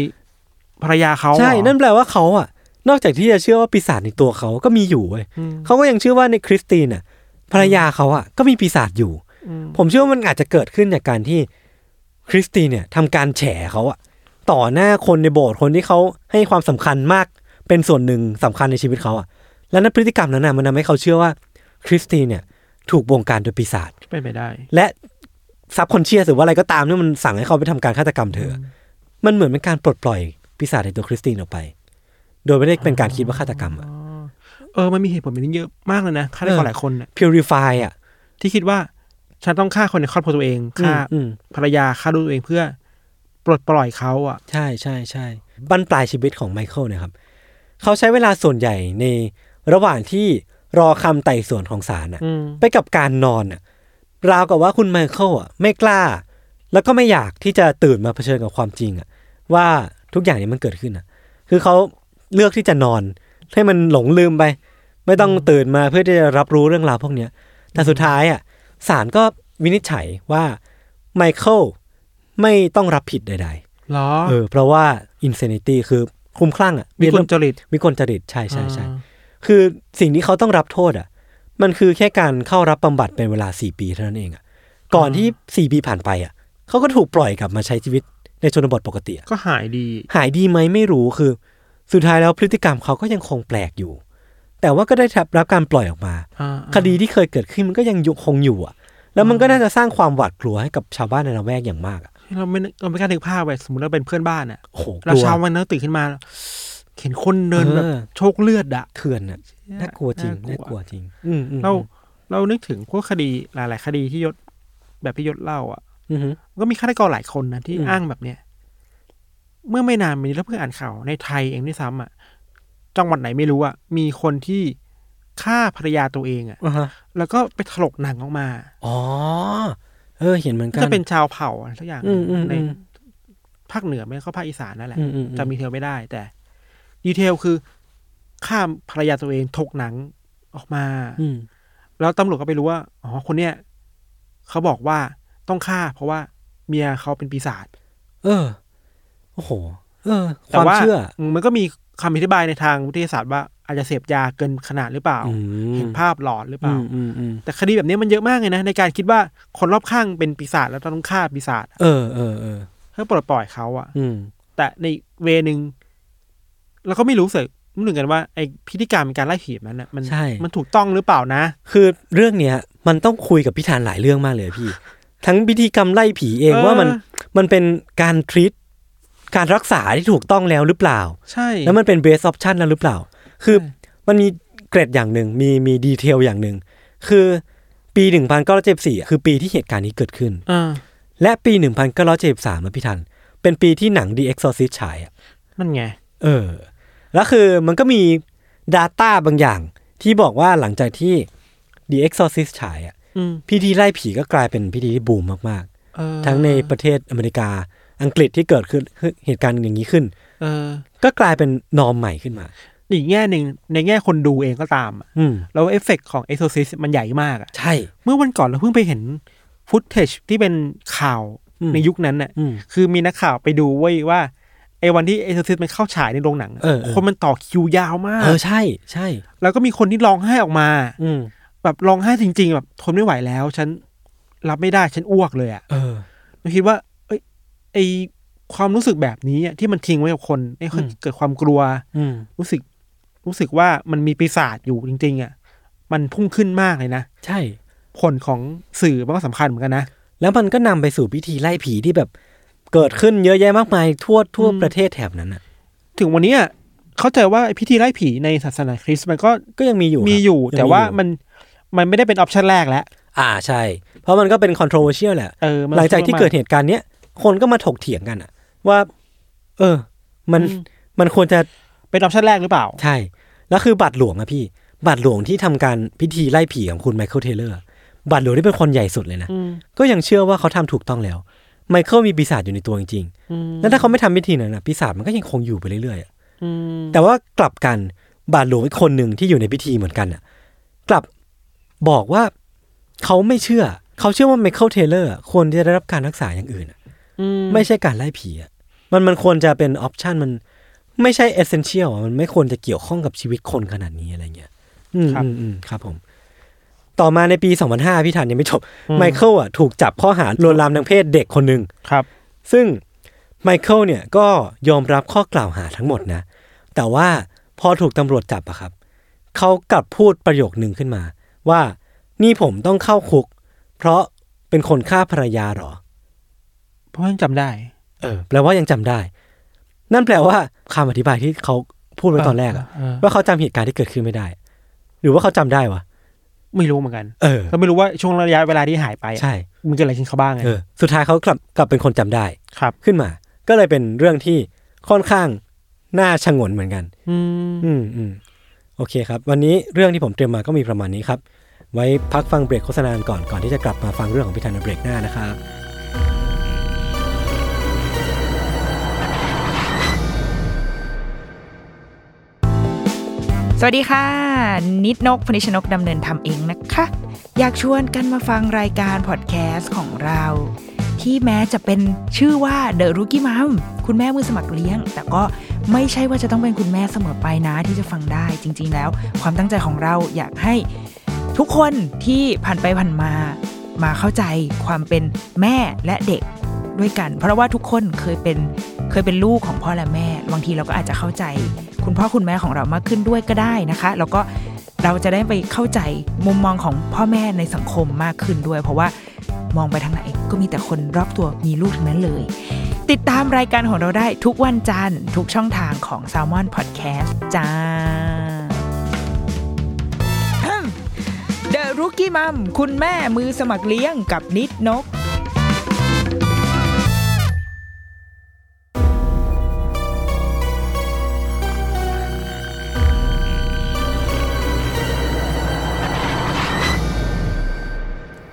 S3: ภรรยาเขา
S2: ใช่
S3: เหรอ
S2: นั่นแปลว่าเขาอะนอกจากที่จะเชื่อว่าปีศาจในตัวเขาก็มีอยู่เว้ย
S3: อืม
S2: เขาก็ยังเชื่อว่าในคริสตินอะภรรยาเขาอะก็มีปีศาจอยู่
S3: อืม
S2: ผมเชื่อว่ามันอาจจะเกิดขึ้นจากการที่คริสตินเนี่ยทำการแฉเขาอะต่อหน้าคนในโบสถ์คนที่เขาให้ความสำคัญมากเป็นส่วนหนึ่งสำคัญในชีวิตเขาอะและนั่นพฤติกรรมนั้นน่ะมันทำให้เขาเชื่อว่าคริสตินเนี่ยถูกบงการโดยปีศาจ
S3: เป็นไปได้
S2: และซับคอนเชียสหรือว่าอะไรก็ตามเนี่ยมันสั่งให้เขาไปทำการฆาตกรรมเธออะมันเหมือนเป็นการปลดปล่อยปีศาจในตัวคริสตินออกไป โดยไม่ได้เป็นการคิดว่าฆาตกรรมอะ
S3: เออ มันมีเหตุผลแบบนี้เยอะมากเลยนะฆาต
S2: เอก
S3: ร
S2: อ
S3: หลายคนน่ะ
S2: purify อะ
S3: ที่คิดว่า ฉันต้องฆ่าคนในครอบครัวตัวเองฆ่า
S2: อืม
S3: ภรรยาฆ่าลูกตัวเองเพื่อ ปลดปล่อยเขาอ่ะ
S2: ใช่ใช่ใช่บั้นปลายชีวิตของไมเคิลนะครับ เขาใช้เวลาส่วนใหญ่ในระหว่างที่รอคำไต่สวนของศาลน่ะ
S3: อืม
S2: ไปกับการนอนน่ะราวกับว่าคุณไมเคิลอ่ะไม่กล้า แล้วก็ไม่อยากที่จะตื่นมาเผชิญกับความจริงอ่ะว่าทุกอย่างเนี่ยมันเกิดขึ้นอ่ะ คือเขาเลือกที่จะนอนให้มันหลงลืมไป ไม่ต้องตื่นมาเพื่อที่จะรับรู้เรื่องราวพวกเนี้ยแต่สุดท้ายอ่ะศาลก็วินิจฉัยว่าไมเคิลไม่ต้องรับผิดใด
S3: เหรอ
S2: ๆเออเพราะว่า insanity คือคลุ้มคลั่งอ่ะ
S3: มี
S2: เรียก
S3: ค
S2: เริ่
S3: นจริต
S2: วิกลจริตใช่ใช่ใช่
S3: อ่า
S2: คือสิ่งที่เขาต้องรับโทษอ่ะ มันคือแค่การเข้ารับบำบัดเป็นเวลาสี่ปีเท่านั้นเองอ่ะก่อนที่สี่ปีผ่านไปอ่ะเขาก็ถูกปล่อยกลับมาใช้ชีวิตในชนบทปกติอะ
S3: ก็หายดี
S2: หายดีไหมไม่รู้คือ สุดท้ายแล้วพฤติกรรมเขาก็ยังคงแปลกอยู่ แต่ว่าก็ได้รับการปล่อยออกมา
S3: อ่า
S2: คดีที่เคยเกิดขึ้นมันก็ยังอยู่คงอยู่อ่ะ แล้วมันก็น่าจะสร้างความหวาดกลัวให้กับชาวบ้านในละแวกอย่างมากอ่ะ
S3: เราไม่นึกเราไม่กล้านึกภาพไปสมมติเราเป็นเพื่อนบ้านอ่ะ
S2: โอ้โหก
S3: เรา
S2: ลัว
S3: เช้าวันนั้นตื่นขึ้นมา เห็นคนเดินแบบ
S2: เออ
S3: โชคเลือดอ่ะ
S2: เถื่อนอ่ะน่ากลัวจริงน่ากลัวจริง อืมอืม
S3: เราเรานึกถึงพวกคดีหลาย ๆ คดีที่ยศแบบที่ยศเล่าอ่ะ
S2: อือฮึ
S3: ก็มีฆาตกรหลายคนนะที่
S2: อืม
S3: อ้างแบบเนี้ยเมื่อไม่นานมานี้แล้วเพิ่งอ่านข่าวในไทยเองด้วยซ้ำอ่ะจังหวัดไหนไม่รู้อ่ะมีคนที่ฆ่าภรรยาตัวเองอ่ะ
S2: อ่าฮะ
S3: แล้วก็ไปถลกหนังออกมา
S2: อ๋อเออเห็นเหมือน
S3: ก็
S2: กัน
S3: จะเป็นชาวเผ่าอะไรสักอย่าง
S2: อืมอืม
S3: ใน
S2: อืม
S3: ภาคเหนือไม่ก็ภาคอีสานนั่นแหละ
S2: อืมอืม
S3: จะมีเทลไม่ได้ แต่ดีเทลคือฆ่าภรรยาตัวเองถกหนังออกมา
S2: อืม
S3: แล้วตำรวจก็ไปรู้ว่าอ๋อคนเนี้ยเขาบอกว่าต้องฆ่า เพราะว่าเมียเขาเป็นปีศาจ
S2: เออโอ้โห เออ ค
S3: แต่
S2: วาม
S3: ว่า
S2: เชื่อ
S3: มันก็มีคำอธิบายในทางวิทยาศาสตร์ว่าอาจจะเสพยาเกินขนาดหรือเปล่า
S2: อืม
S3: เห็นภาพหลอนหรือเป
S2: อื
S3: ล่า
S2: มอืมอืม
S3: แต่คดีแบบนี้มันเยอะมากเลยนะ ในการคิดว่าคนรอบข้างเป็นปีศาจแล้วต้องฆ่าปีศาจ
S2: เออเออเออ
S3: เพื่อปลดปล่อยเขาอะ
S2: อืม
S3: แต่ในอีกเวนึงเราก็ไม่รู้สึกนึกถึงกันว่าไอพิธีกรรมการไล่ผีแบบนั้นน่ะมัน
S2: ใช่
S3: มันถูกต้องหรือเปล่านะ
S2: คือเรื่องเนี้ยมันต้องคุยกับพี่ธานหลายเรื่องมากเลยอะ พี่ ทั้งพิธีกรรมไล่ผีเอง
S3: เออ
S2: ว่ามันมันเป็นการทรีตการรักษาที่ถูกต้องแล้วหรือเปล่า
S3: ใช่
S2: แล้วมันเป็นเบสออปชันแล้วหรือเปล่า คือมันมีเกรดอย่างหนึ่งมีมีดีเทลอย่างหนึ่งคือปี1 9 7 4คือปีที่เหตุการณ์นี้เกิดขึ้น
S3: อ่า
S2: และปี 1 9 7 3นะพี่ทัน เป็นปีที่หนัง The Exorcist ฉายอะ
S3: นั่นไง
S2: เออ แล้วคือมันก็มี Data บางอย่าง ที่บอกว่าหลังจากที่ The Exorcist ฉายอะ
S3: อืม
S2: พิธีไล่ผีก็กลายเป็นพิธีที่บูมมาก
S3: เออ
S2: ๆ ทั้งในประเทศอเมริกา อังกฤษที่เกิดขึ้นเหตุการณ์อย่างนี้ขึ้น
S3: เออ
S2: ก็กลายเป็นนอมใหม่ขึ้นมา
S3: อีกแง่หนึ่งในแง่คนดูเองก็ตามอะ
S2: อืม
S3: แล้วเอฟเฟกต์ของเอ็กโซซิสมันใหญ่มากอะ
S2: ใช่
S3: เมื่อวันก่อนเราเพิ่งไปเห็นฟุตเทจที่เป็นข่าว
S2: อืม
S3: ในยุคนั้นน่ะ
S2: อืม
S3: คือมีนักข่าวไปดูเว้ยว่าไอ้วันที่เอเซซิสมันเข้าฉายในโรงหนังอะ
S2: เออเออ
S3: คนมันต่อคิวยาวมาก
S2: เออ ใช่ใช่
S3: แล้วก็มีคนที่ร้องไห้ออกมา
S2: อืม
S3: แบบร้องไห้จริง ๆ แบบทนไม่ไหวแล้ว ฉันรับไม่ได้ฉันอ้วกเลยอะ่ะ
S2: เออ
S3: เราคิดว่า เอ้ยไอความรู้สึกแบบนี้อะที่มันทิ้งไว้กับคนไอ้คน
S2: อืม
S3: เกิดความกลัว
S2: อืม
S3: รู้สึก รู้สึกว่ามันมีปีศาจอยู่จริง ๆอะ่ะมันพุ่งขึ้นมากเลยนะ
S2: ใช่
S3: ผลของสื่อมันก็สำคัญเหมือนกันนะ
S2: แล้วมันก็นำไปสู่พิธีไล่ผีที่แบบ เกิดขึ้นเยอะแยะมากมายทั่วทั่ว
S3: อืม
S2: ประเทศแถบนั้นอ่ะ
S3: ถึงวันเนี้ยเข้าใจว่าไอ้พิธีไล่ผีในศาสนาคริสต์มันก็
S2: ก็ยังมีอยู่ค
S3: มี
S2: รับ
S3: อยู่
S2: ง
S3: แต่ว่ามันมันไม่ได้เป็นออปชันแรกแล้ว
S2: อ่าใช่ เพราะมันก็เป็น controversial แหละ
S3: เออมัน
S2: หลังจากที่เกิดเหตุการณ์เนี้ยคนก็มาถกเถียงกันอะว่า เออ มันมันควรจะ
S3: เป็นออปชันแรกหรือเปล่า
S2: ใช่ แล้วคือบัตรหลวงอะพี่ บัตรหลวงที่ทำการพิธีไล่ผีของคุณไมเคิลเทเลอร์บัตรหลวงที่เป็นคนใหญ่สุดเลยนะ
S3: อืม
S2: ก็ยังเชื่อว่าเขาทำถูกต้องแล้ว ไมเคิลมีปีศาจอยู่ในตัวจริง
S3: อืม
S2: ๆแล้วถ้าเขาไม่ทำพิธีนั้นนะปีศาจมันก็ยังคงอยู่ไปเรื่อยๆอะ
S3: อืม
S2: แต่ว่ากลับกันบาทหลวงอีกคนหนึ่งที่อยู่ในพิธีเหมือนกันน่ะ กลับบอกว่าเขาไม่เชื่อ เขาเชื่อว่าไมเคิลเทเลอร์ควรจะได้รับการรักษาอย่างอื่นอะ
S3: อื
S2: ไม่ใช่การไล่ผีอะมันมันควรจะเป็นออปชันมันไม่ใช่เอเซนเชียลมันไม่ควรจะเกี่ยวข้องกับชีวิตคนขนาดนี้อะไรเงี้ย อืมอืมอืมครับผม ต่อมาในปี 2005 พี่ทันยังไม่จบ ไมเคิลอ่ะถูกจับข้อหาลวนลามทางเพศเด็กคนหนึ่ง
S3: ครับ
S2: ซึ่งไมเคิลเนี่ยก็ยอมรับข้อกล่าวหาทั้งหมดนะ แต่ว่าพอถูกตำรวจจับอะครับ เขากลับพูดประโยคหนึ่งขึ้นมา ว่านี่ผมต้องเข้าคุก เพราะเป็นคนฆ่าภรรยาเหรอ
S3: เพราะยังจำได้
S2: เออแปลว่ายังจำได้ นั่นแปลว่าคำอธิบายที่เขาพูดไว้ตอนแรกอะ
S3: เออ
S2: ว่าเขาจำเหตุการณ์ที่เกิดขึ้นไม่ได้ หรือว่าเขาจำได้วะ
S3: ไม่รู้เหมือนกัน
S2: เออ
S3: ก็ไม่รู้ว่าช่วงระยะเวลาที่หายไปอะ
S2: ใช่
S3: มันเกิดอะไรขึ้นเขาบ้างไง
S2: เออสุดท้ายเขากลับกลับเป็นคนจำได้
S3: ครับ
S2: ขึ้นมา ก็เลยเป็นเรื่องที่ค่อนข้างน่าชงนเหมือนกัน
S3: อืม
S2: อืมอืมโอเคครับ วันนี้เรื่องที่ผมเตรียมมาก็มีประมาณนี้ครับ ไว้พักฟังเบรกโฆษณาก่อนก่อนที่จะกลับมาฟังเรื่องของพิธันในเบรกหน้านะครับ
S4: สวัสดีค่ะ นิดนกพนิชนกดำเนินทำเองนะคะ อยากชวนกันมาฟังรายการพอดแคสต์ของเรา ที่แม้จะเป็นชื่อว่า The Rookie Mom คุณแม่มือสมัครเลี้ยง แต่ก็ไม่ใช่ว่าจะต้องเป็นคุณแม่เสมอไปนะที่จะฟังได้จริง ๆ แล้ว ความตั้งใจของเราอยากให้ทุกคนที่ผ่านไปผ่านมา มาเข้าใจความเป็นแม่และเด็กด้วยกัน เพราะว่าทุกคนเคยเป็นเคยเป็นลูกของพ่อและแม่บางทีเราก็อาจจะเข้าใจ คุณพ่อคุณแม่ของเรามากขึ้นด้วยก็ได้นะคะ แล้วก็เราจะได้ไปเข้าใจมุมมองของพ่อแม่ในสังคมมากขึ้นด้วย เพราะว่ามองไปทางไหนก็มีแต่คนรอบตัวมีลูกทั้งนั้นเลย ติดตามรายการของเราได้ทุกวันจันทร์ทุกช่องทางของ s a l m o n Podcast จ้า The Rookie Mom คุณแม่มือสมัครเลี้ยงกับนิดนก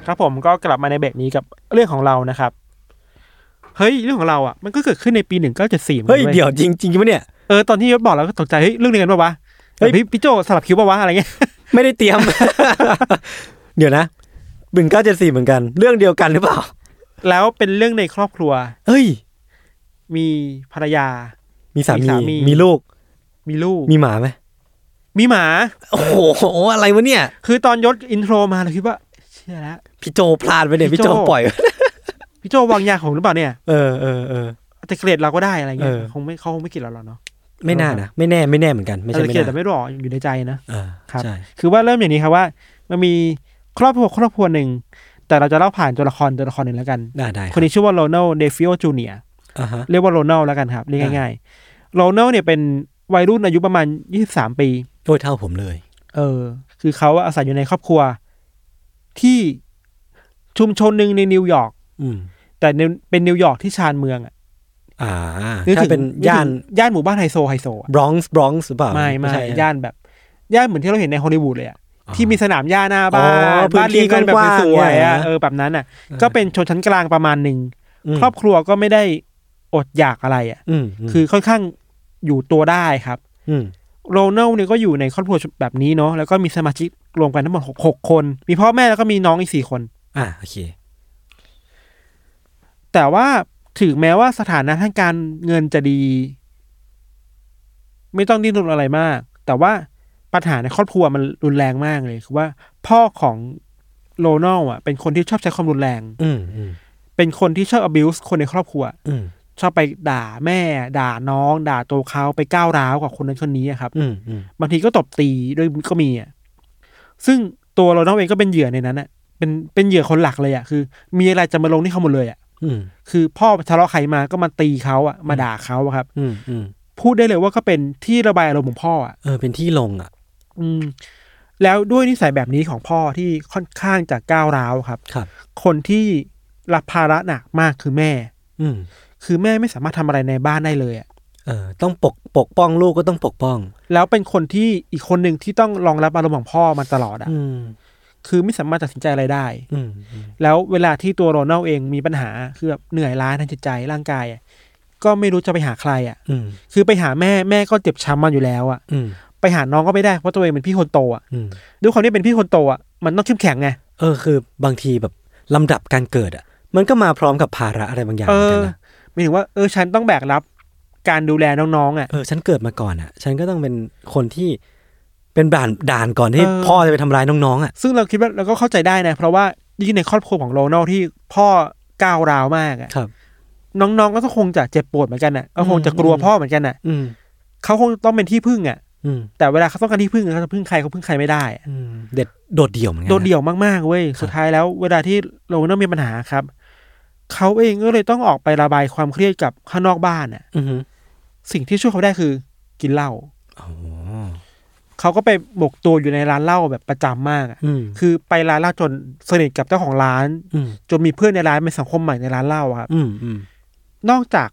S3: ครับผมก็กลับมาในเบรกนี้กับเรื่องของเรานะครับ เฮ้ยเรื่องของเราอ่ะมันก็เกิดขึ้นในปีหนึ่งเก้าเจ็ดสี่
S2: เฮ้ยเดี๋ยวจริงจริงปะเนี่ย
S3: เออตอนที่ยศบอกเราก็ตกใจเฮ้ยเรื่องเดียวกันปะวะ
S2: เฮ้
S3: เฮ้
S2: ย
S3: ยพี่โจสลับคิวปะวะอะไรเงี้ย
S2: ไม่ได้เตรียม เดี๋ยวนะบึงเก้าเจ็ดสี่เหมือนกัน เรื่องเดียวกันหรือเปล่า
S3: แล้วเป็นเรื่องในครอบครัว
S2: เอ้ย
S3: มีภรรยา
S2: มีสามี
S3: มีสามี
S2: มีลูก
S3: มีลูก
S2: มีหมาไหม
S3: มีหมา
S2: โอ้โห อะไรวะเนี่ย
S3: คือตอนยศอินโทรมาเราคิดว่าเชื่อแล้ว
S2: พี่โจพลาดไปเนี่ย
S3: พี่
S2: พี่โจ
S3: โจ
S2: ปล่อย
S3: พี่โจวางยาของหรือเปล่าเนี่ย
S2: เออเออเออ
S3: แต่เกรดเราก็ได้อะไรเงี้ย
S2: เออ
S3: คงไม่เขาคงไม่เกลียดเราหรอกเนาะ
S2: ไม่น่านะ ไม่แน่ ไม่แน่เหมือนกัน ไม่ใช่
S3: แต่
S2: ไม่
S3: เกลียดแต่
S2: น่า
S3: ไม่หรอกอยู่ในใจนะ
S2: เออ
S3: ครับ
S2: ใช่
S3: คือว่าเริ่มอย่างนี้ครับว่า มันมีครอบครัวครอบครัวหนึ่ง แต่เราจะเล่าผ่านตัวละครตัวละครหนึ่งแล้วกัน
S2: ได้ได้ค
S3: ครับ นนี้ชื่อว่าโรนัลเดฟิโอจูเนีย
S2: อ่าฮะ
S3: เรียกว่าโรนัลแล้วกันครับ เรียกง่ายๆโรนัลเนี่ยเป็นวัยรุ่นอายุประมาณ 23 ปี
S2: โอ้ยเท่าผมเลย
S3: เออ คือเขาอาศัยอยู่ในครอบครัวที่ชุมชนหนึ่งในนิวยอร์ก
S2: อืม
S3: แต่ในเป็นนิวยอร์กที่ชานเมืองอะ
S2: อ่า
S3: นึก
S2: ถ้า
S3: ถึง
S2: เป็นย่าน
S3: กถึงย่านหมู่บ้านไฮโซไฮโซอะ
S2: บรอนซ์บรอนซ์หรือเปล่า
S3: ไม่ไม่
S2: ใช่
S3: ย่านแบบ ย่านเหมือนที่เราเห็นในฮอลลีวูดเลยอะ
S2: อ๋อ
S3: ที่มีสนามหญ้าหน้าบ้า
S2: อ๋อน พื้น
S3: บ้าน
S2: ที่
S3: เรียงกันแบบ
S2: กว้างๆ
S3: สวยๆ
S2: เนี่ย
S3: อ่ะ
S2: นะ
S3: เออแบบนั้นอ่ะ ก็เป็นชนชั้นกลางประมาณหนึ่ง
S2: ม
S3: ครอบครัวก็ไม่ได้อดอยากอะไรอ่ะ
S2: อืม
S3: คือค่อนข้างอยู่ตัวได้ครับ
S2: อืม
S3: โรนัลเนี่ยก็อยู่ในครอบครัวแบบนี้เนาะแล้วก็มีสมาชิกรวมกันทั้งหมดหกหกคน มีพ่อแม่แล้วก็มีน้องอีกสี่คน
S2: อ่าโอเค
S3: แต่ว่าถึงแม้ว่าสถานะทางการเงินจะดี ไม่ต้องดิ้นรนอะไรมาก แต่ว่าปัญหาในครอบครัวมันรุนแรงมากเลยคือว่าพ่อของโรนัลอ่ะ เป็นคนที่ชอบใช้ความรุนแรง
S2: อืมอืม
S3: เป็นคนที่ชอบ abuse คนในครอบครัว
S2: อืม
S3: ชอบไปด่าแม่ ด่าน้อง ด่าตัวเขาไปก้าวร้าวกับคนนั้นคนนี้อะครับ
S2: อืมอืม
S3: บางทีก็ตบตีด้วยก็มีอ่ะซึ่งตัวโรนัลเองก็เป็นเหยื่อในนั้นอ่ะเป็นเป็นเหยื่อคนหลักเลยอ่ะคือ มีอะไรจะมาลงที่เขาหมดเลยอ่ะ
S2: อืม
S3: คือพ่อทะเลาะใครมาก็มาตีเขาอะมาด่าเขาอะครับ
S2: อืมอืม
S3: พูดได้เลยว่าก็เป็นที่ระบายอารมณ์ของพ่ออะ
S2: เออ เป็นที่ลงอ่ะ
S3: อืม แล้วด้วยนิสัยแบบนี้ของพ่อที่ค่อนข้างจะก้าวร้าวครับ
S2: ครับ
S3: คนที่รับภาระหนักมากคือแม่
S2: อืม
S3: คือแม่ไม่สามารถทำอะไรในบ้านได้เลยอะ
S2: เออต้องปกปกป้องลูกก็ต้องปกป้อง
S3: แล้วเป็นคนที่อีกคนหนึ่งที่ต้องรองรับอารมณ์ของพ่อมาตลอดอะ
S2: อืม
S3: คือไม่สามารถตัดสินใจอะไรได้
S2: อืมอืม
S3: แล้วเวลาที่ตัวโรนัลเองมีปัญหาคือแบบเหนื่อยล้าทางจิตใจร่างกายอะก็ไม่รู้จะไปหาใครอ่ะ
S2: อืม
S3: คือไปหาแม่แม่ก็เจ็บช้ำมันอยู่แล้วอ่ะ
S2: อืม
S3: ไปหาน้องก็ไม่ได้เพราะตัวเองเป็นพี่คนโตอ่ะ
S2: อืม
S3: ด้วยความที่เป็นพี่คนโตอ่ะมันต้องเข้มแข็งไง
S2: เออคือบางทีแบบลำดับการเกิดอ่ะ มันก็มาพร้อมกับภาระอะไรบางอย่าง
S3: เอ
S2: เหมือนกั
S3: อ
S2: นนะ
S3: หมายถึงว่าเออฉันต้องแบกรับการดูแลน้องๆอ่ะ
S2: เออฉันเกิดมาก่อนอ่ะ ฉันก็ต้องเป็นคนที่เป็นด่านด่านก่อนที่
S3: เออ
S2: พ่อจะไปทำร้ายน้องๆอ่ะ
S3: ซึ่งเราคิดว่าเราก็เข้าใจได้นะ เพราะว่ายิ่งในครอบครัวของโรนัลที่พ่อก้าวร้าวมากอ่ะ
S2: ครับ
S3: น้องๆก็คงจะเจ็บปวดเหมือนกันอ่ะก็คงจะกลัวพ่อเหมือนกันอ่ะ
S2: อืม
S3: เขาคงต้องเป็นที่พึ่งอ่ะ
S2: อืม
S3: แต่เวลาเขาต้องการที่พึ่งเขาจะพึ่งใครเขาพึ่งใครไม่ได้อะ
S2: อืมเด็ดโดดเดี่ยวเหมือนกัน
S3: โด
S2: นะ
S3: ดเดี่ยวมากๆเว้ยสุดท้ายแล้วเวลาที่โรนัลมีปัญหาครับเขาเองก็เลยต้องออกไประบายความเครียดกับข้างนอกบ้านอ่ะ
S2: อือหือ
S3: สิ่งที่ช่วยเขาได้คือกินเหล้า
S2: โอ้โห
S3: เขาก็ไปบกตัวอยู่ในร้านเหล้าแบบประจำมากอะ
S2: อืม
S3: คือไปร้านเหล้าจนสนิทกับเจ้าของร้าน
S2: อืม
S3: จนมีเพื่อนในร้านเป็นสังคมใหม่ในร้านเหล้าอะครับ
S2: อืมอืม
S3: นอกจาก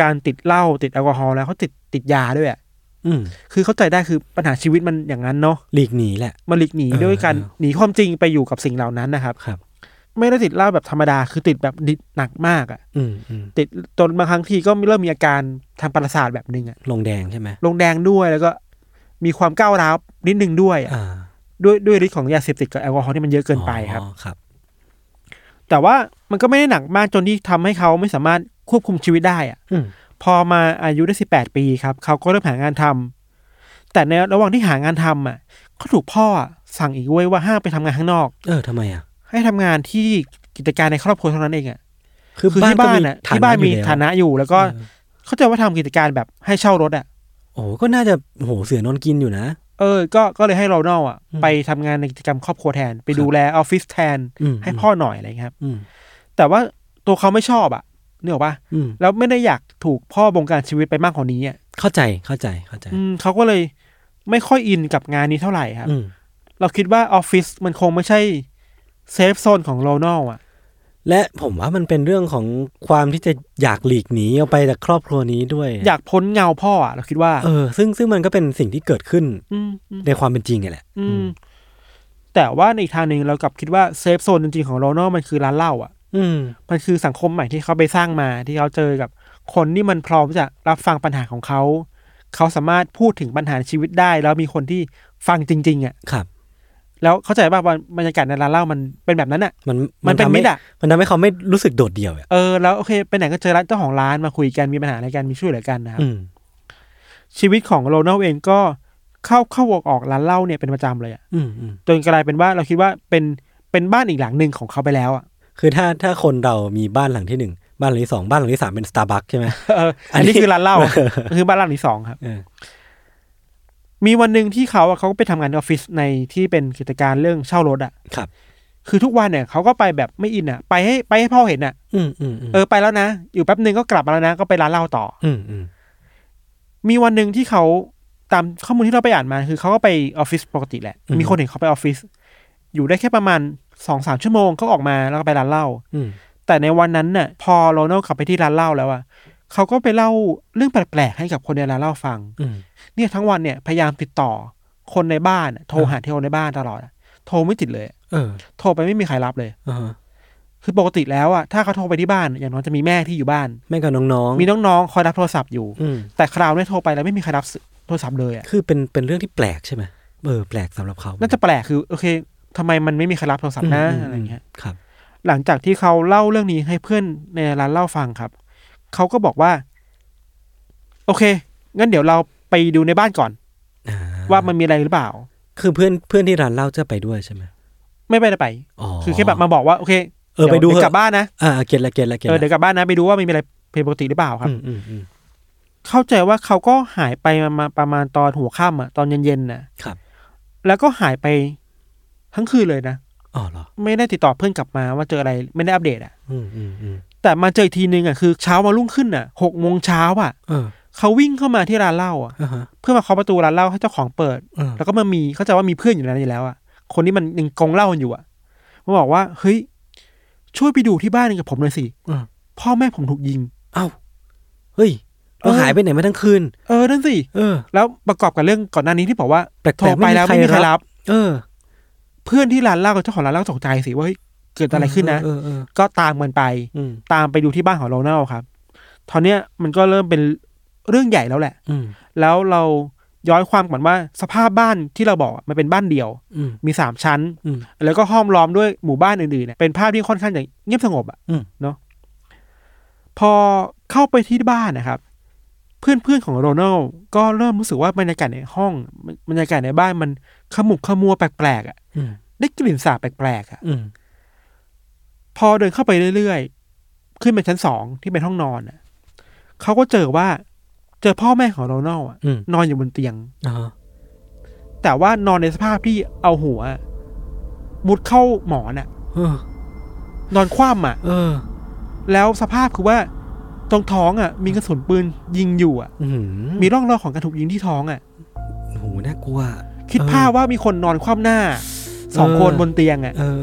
S3: การติดเหล้าติดแอลกอฮอล์แล้วเขาติดติดยาด้วยอะ
S2: อืม
S3: คือเข้าใจได้คือปัญหาชีวิตมันอย่างนั้นเนาะ
S2: หลีกหนีแหละ
S3: มันหลีกหนี
S2: เออ
S3: ด้วยการ
S2: เออ
S3: หนีความจริงไปอยู่กับสิ่งเหล่านั้นนะครับ
S2: ครับ
S3: ไม่ได้ติดเหล้าแบบธรรมดาคือติดแบบดิดหนักมากอะ
S2: อืมอืม
S3: ติดจนบางครั้งทีก็เริ่มมีอาการทางประสาทแบบหนึ่งอะ
S2: ลงแดงใช่ไหม
S3: ลงแดงด้วยแล้วก็มีความก้าวร้าวนิดนึงด้วยอะ
S2: อ่า
S3: ด้วยด้วยฤทธิ์ของยาเสพติดกับแอลกอฮอล์ที่มันเยอะเกินไปครับ
S2: อ๋อครับ
S3: แต่ว่ามันก็ไม่ได้หนักมากจนที่ทำให้เขาไม่สามารถควบคุมชีวิตได้อะ
S2: อืม
S3: พอมาอายุได้สิบแปดปีครับ เขาก็เริ่มหางานทำแต่ในระหว่างที่หางานทำอ่ะเขาถูกพ่อสั่งอีกเว้ยว่าห้ามไปทำงานข้างนอก
S2: เออทำไมอ่ะ
S3: ให้ทำงานที่กิจการในครอบครัวเท่านั้นเองอ่ะ
S2: คือ
S3: คือที่บ้านอ่ะ
S2: ก็
S3: ที่บ้านมี
S2: อยู่แล้ว
S3: ฐานะอยู่ แล้วก็
S2: เออ
S3: เขาใจะว่าทำกิจการแบบให้เช่ารถอ่ะ
S2: โอ้โหก็น่าจะโอ้โหเสือนอนกินอยู่นะ
S3: เออก็ก็เลยให้โรนัลอ่ะ
S2: อืม
S3: ไปทำงานในกิจกรรมครอบครัวแทน ไป
S2: ครับ
S3: ดูแลออฟฟิศแทน
S2: ม
S3: ให้พ่อหน่อยอะไรอย่างเงี้ยครับ
S2: อืม
S3: แต่ว่าตัวเขาไม่ชอบอะเนี่ยหรอกปะ
S2: อืม
S3: แล้วไม่ได้อยากถูกพ่อบงการชีวิตไปมากกว่านี้อ่ะ
S2: เข้าใจเข้าใจเข้าใจ
S3: อืมเขาก็เลยไม่ค่อยอินกับงานนี้เท่าไหร่ครับ
S2: อืม
S3: เราคิดว่าออฟฟิศมันคงไม่ใช่เซฟโซนของโรนัลอ่ะ
S2: และผมว่ามันเป็นเรื่องของความที่จะอยากหลีกหนีออกไปจากครอบครัวนี้ด้วย
S3: อยากพ้นเงาพ่ออ่ะ เราคิดว่า
S2: เออ ซึ่งซึ่งมันก็เป็นสิ่งที่เกิดขึ้น
S3: มอืม
S2: ในความเป็นจริงไงแหละ
S3: อืมแต่ว่าในอีกทางหนึ่งเรากลับคิดว่าเซฟโซนจริงๆของโรนัลมันคือร้านเหล้าอ่ะ
S2: อืม
S3: มันคือสังคมใหม่ที่เขาไปสร้างมาที่เขาเจอกับคนที่มันพร้อมจะรับฟังปัญหาของเขา เขาสามารถพูดถึงปัญหาชีวิตได้ แล้วมีคนที่ฟังจริงๆอ่ะ
S2: ครับ
S3: แล้วเข้าใจป่ะว่าบรรยากาศในร้านเหล้ามันเป็นแบบนั้นอ่ะ
S2: มัน
S3: มันเป็น
S2: ทำ
S3: มิ
S2: ให้
S3: ตรอ่ะ
S2: มันทำให้เขาไม่รู้สึกโดดเดี่ยวอ่ะ
S3: เออแล้วโอเคไปไหนก็เจอร้านเจ้าของร้านมาคุยกันมีปัญหาอะไรกันมีช่วยเหลือกันนะครับ
S2: อืม
S3: ชีวิตของโรนัลเองก็เข้าเข้าออกออกร้านเหล้าเนี่ยเป็นประจำเลยอ่ะ
S2: อืมอืม
S3: จนกลายเป็นว่าเราคิดว่าเป็นเป็นบ้านอีกหลังหนึ่งของเขาไปแล้วอ่ะ
S2: คือถ้าถ้าคนเรามีบ้านหลังที่หนึ่งบ้านหลังที่สองบ้านหลังที่สามเป็นสตาร์บัคใช่ไหม
S3: เออ
S2: อั
S3: อั
S2: น
S3: น
S2: นี้
S3: นี้คือร้านเหล้าคือบ้านหลังที่สองครับ
S2: เออ
S3: มีวันหนึ่งที่เขาอ่ะเขาก็ไปทำงานออฟฟิศในที่เป็นกิจการเรื่องเช่ารถอ่ะ
S2: ครับ
S3: คือทุกวันเนี่ยเขาก็ไปแบบไม่อินอ่ะ ไปให้ไปให้พ่อเห็นอ่ะ
S2: อืมอืมอืม
S3: เออไปแล้วนะ อยู่แป๊บหนึ่งก็กลับมาแล้วนะ ก็ไปร้านเหล้าต่อ
S2: อืมอืม
S3: มีวันหนึ่งที่เขาตามข้อมูลที่เราไปอ่านมา คือเขาก็ไปออฟฟิศปกติแหละ มีคนเห็นเขาไปออฟฟิศอยู่ได้แค่ประมาณสองสามชั่วโมงก็ออกมาแล้วก็ไปร้านเหล้า
S2: อืม
S3: แต่ในวันนั้นน่ะ พอโรนัลกลับไปที่ร้านเหล้าแล้วอะเขาก็ไปเล่าเรื่องแปลกๆให้กับคนในร้านเหล้าฟัง
S2: อืม
S3: เนี่ยทั้งวันเนี่ยพยายามติดต่อคนในบ้านอะโทรหาเทลในบ้านตลอดอะโทรไม่ติดเลย
S2: เออ
S3: โทรไปไม่มีใครรับเลย
S2: อ่าฮะ
S3: คือปกติแล้วอะถ้าเขาโทรไปที่บ้าน อย่างน้อยจะมีแม่ที่อยู่บ้าน
S2: แม่กับน้องๆ
S3: มีน้องๆคอยรับโทรศัพท์อยู่
S2: อืม
S3: แต่คราวเนี้ยโทรไปแล้วไม่มีใครรับโทรศัพท์เลยอะ
S2: คือเป็นเป็นเรื่องที่แปลกใช่ไหมเออแปลกสำหรับเขา
S3: น่าจะแปลกคือโอเคทำไมมันไม่มีใครรับโทรศัพท์นะ
S2: มม
S3: อะไรเงี้ย
S2: ครับ
S3: หลังจากที่เขาเล่าเรื่องนี้ให้เพื่อนในร้านเหล่าฟังครับ เขาก็บอกว่า โอเค งั้นเดี๋ยวเราไปดูในบ้านก่อน
S2: อ่
S3: ว่ามันมีอะไรหรือเปล่า
S2: คือเพื่อนเพื่อนที่ร้านเหล้าจะไปด้วยใช่ไหม
S3: ไม่ไปได้ไป
S2: อ๋อ
S3: คือแค่แบบมาบอกว่าโอเค
S2: เออไปดู
S3: เยว
S2: เถ
S3: กลั
S2: อะ
S3: บบ้านนะ
S2: อ่าเก็ตละเก็ตละเก็ต
S3: เออ
S2: ละ
S3: เดี๋ยวกลับบ้านนะ ไปดูว่ามันมีอะไรผิดปกติหรือเปล่าครับ
S2: อืมอืมอืม
S3: เข้าใจว่าเขาก็หายไปมามาประมาณตอนหัวค่ำอ่ะตอนเย็นๆนะครับแล้วก็หายไปทั้งคืนเลยนะ
S2: อ๋อเหรอ
S3: ไม่ได้ติดต่อเพื่อนกลับมาว่าเจออะไรไม่ได้อัปเดตอ่ะ
S2: อืมอืมอืม
S3: แต่มาเจออีกทีนึงอ่ะคือเช้ามารุ่งขึ้นอ่ะหกโมงเช้าอ่ะ
S2: เออ
S3: เขาวิ่งเข้ามาที่ร้านเหล้าอ่ะ
S2: อ่าฮะ
S3: เพื่อมาเคาะประตูร้านเหล้าให้เจ้าของเปิด
S2: เออ
S3: แล้วก็มามีเข้าใจว่ามีเพื่อนอยู่ในนั้นอยู่แล้วอ่ะคนที่มันยังกองเหล้ากันอยู่อ่ะมาบอกว่าเฮ้ยช่วยไปดูที่บ้านกับผมหน่อยสิ
S2: เออ
S3: พ่อแม่ผมถูกยิง
S2: เอ้าเฮ้ย
S3: เอ
S2: เรา
S3: อ
S2: หายไปไหนมาทั้งคืน
S3: เออนั่นสิ
S2: เออ
S3: แล้วประกอบกับเรื่องก่อนหน้านี้ที่บอกว่า
S2: แปลกๆ
S3: โทรไปแล้ว
S2: ไม่
S3: ไม่
S2: มี
S3: มี
S2: ใค
S3: ใค
S2: ร
S3: ร
S2: รับ
S3: รับ
S2: เออ
S3: เพื่อนที่ร้านเหล้ากับเจ้าของร้านเหล้าตกใจสิว่าเฮ้ยเกิดอะไรขึ้นนะ
S2: เออเออเออ
S3: ก็ตามกันไป
S2: อืม
S3: ตามไปดูที่บ้านของโรนัลครับ ตอนเนี้ยมันก็เริ่มเป็นเรื่องใหญ่แล้วแหละ
S2: อืม
S3: แล้วเราย้อยความก่อนว่าสภาพบ้านที่เราบอกอะมันเป็นบ้านเดี่ยว
S2: อืม
S3: มีสามชั้น
S2: อืม
S3: แล้วก็ห้อมล้อมด้วยหมู่บ้านอื่นๆเนี่ยเป็นภาพที่ค่อนข้างจะเงียบสงบอ่ะ
S2: อืม
S3: เนาะพอเข้าไปที่บ้านนะครับ เพื่อนๆของโรนัลก็เริ่มรู้สึกว่าบรรยากาศในห้องบรรยากาศในบ้านมันขมุกขมัวแปลกๆอ่ะ
S2: อืม
S3: ได้กลิ่นสาบแปลกๆอ่ะ
S2: อืม
S3: พอเดินเข้าไปเรื่อยๆ ขึ้นไปชั้นสองที่เป็นห้องนอนน่ะเขาก็เจอว่า เจอพ่อแม่ของโรนัลอะ
S2: อืม
S3: นอนอยู่บนเตียง
S2: อ่าฮะ
S3: แต่ว่านอนในสภาพที่เอาหัว มุดเข้าหมอนอะ
S2: เออน
S3: อนคว่ำอะ
S2: เออ
S3: แล้วสภาพคือว่า ตรงท้องอะมีกระสุนปืนยิงอยู่อะ
S2: อืม
S3: มีร่องรอยของการถูกยิงที่ท้องอะ
S2: โอ้โหน่ากลัว
S3: คิดภาพว่ามีคนนอนคว่ำหน้าสอง
S2: เออ
S3: คนบนเตียงอะ
S2: เออ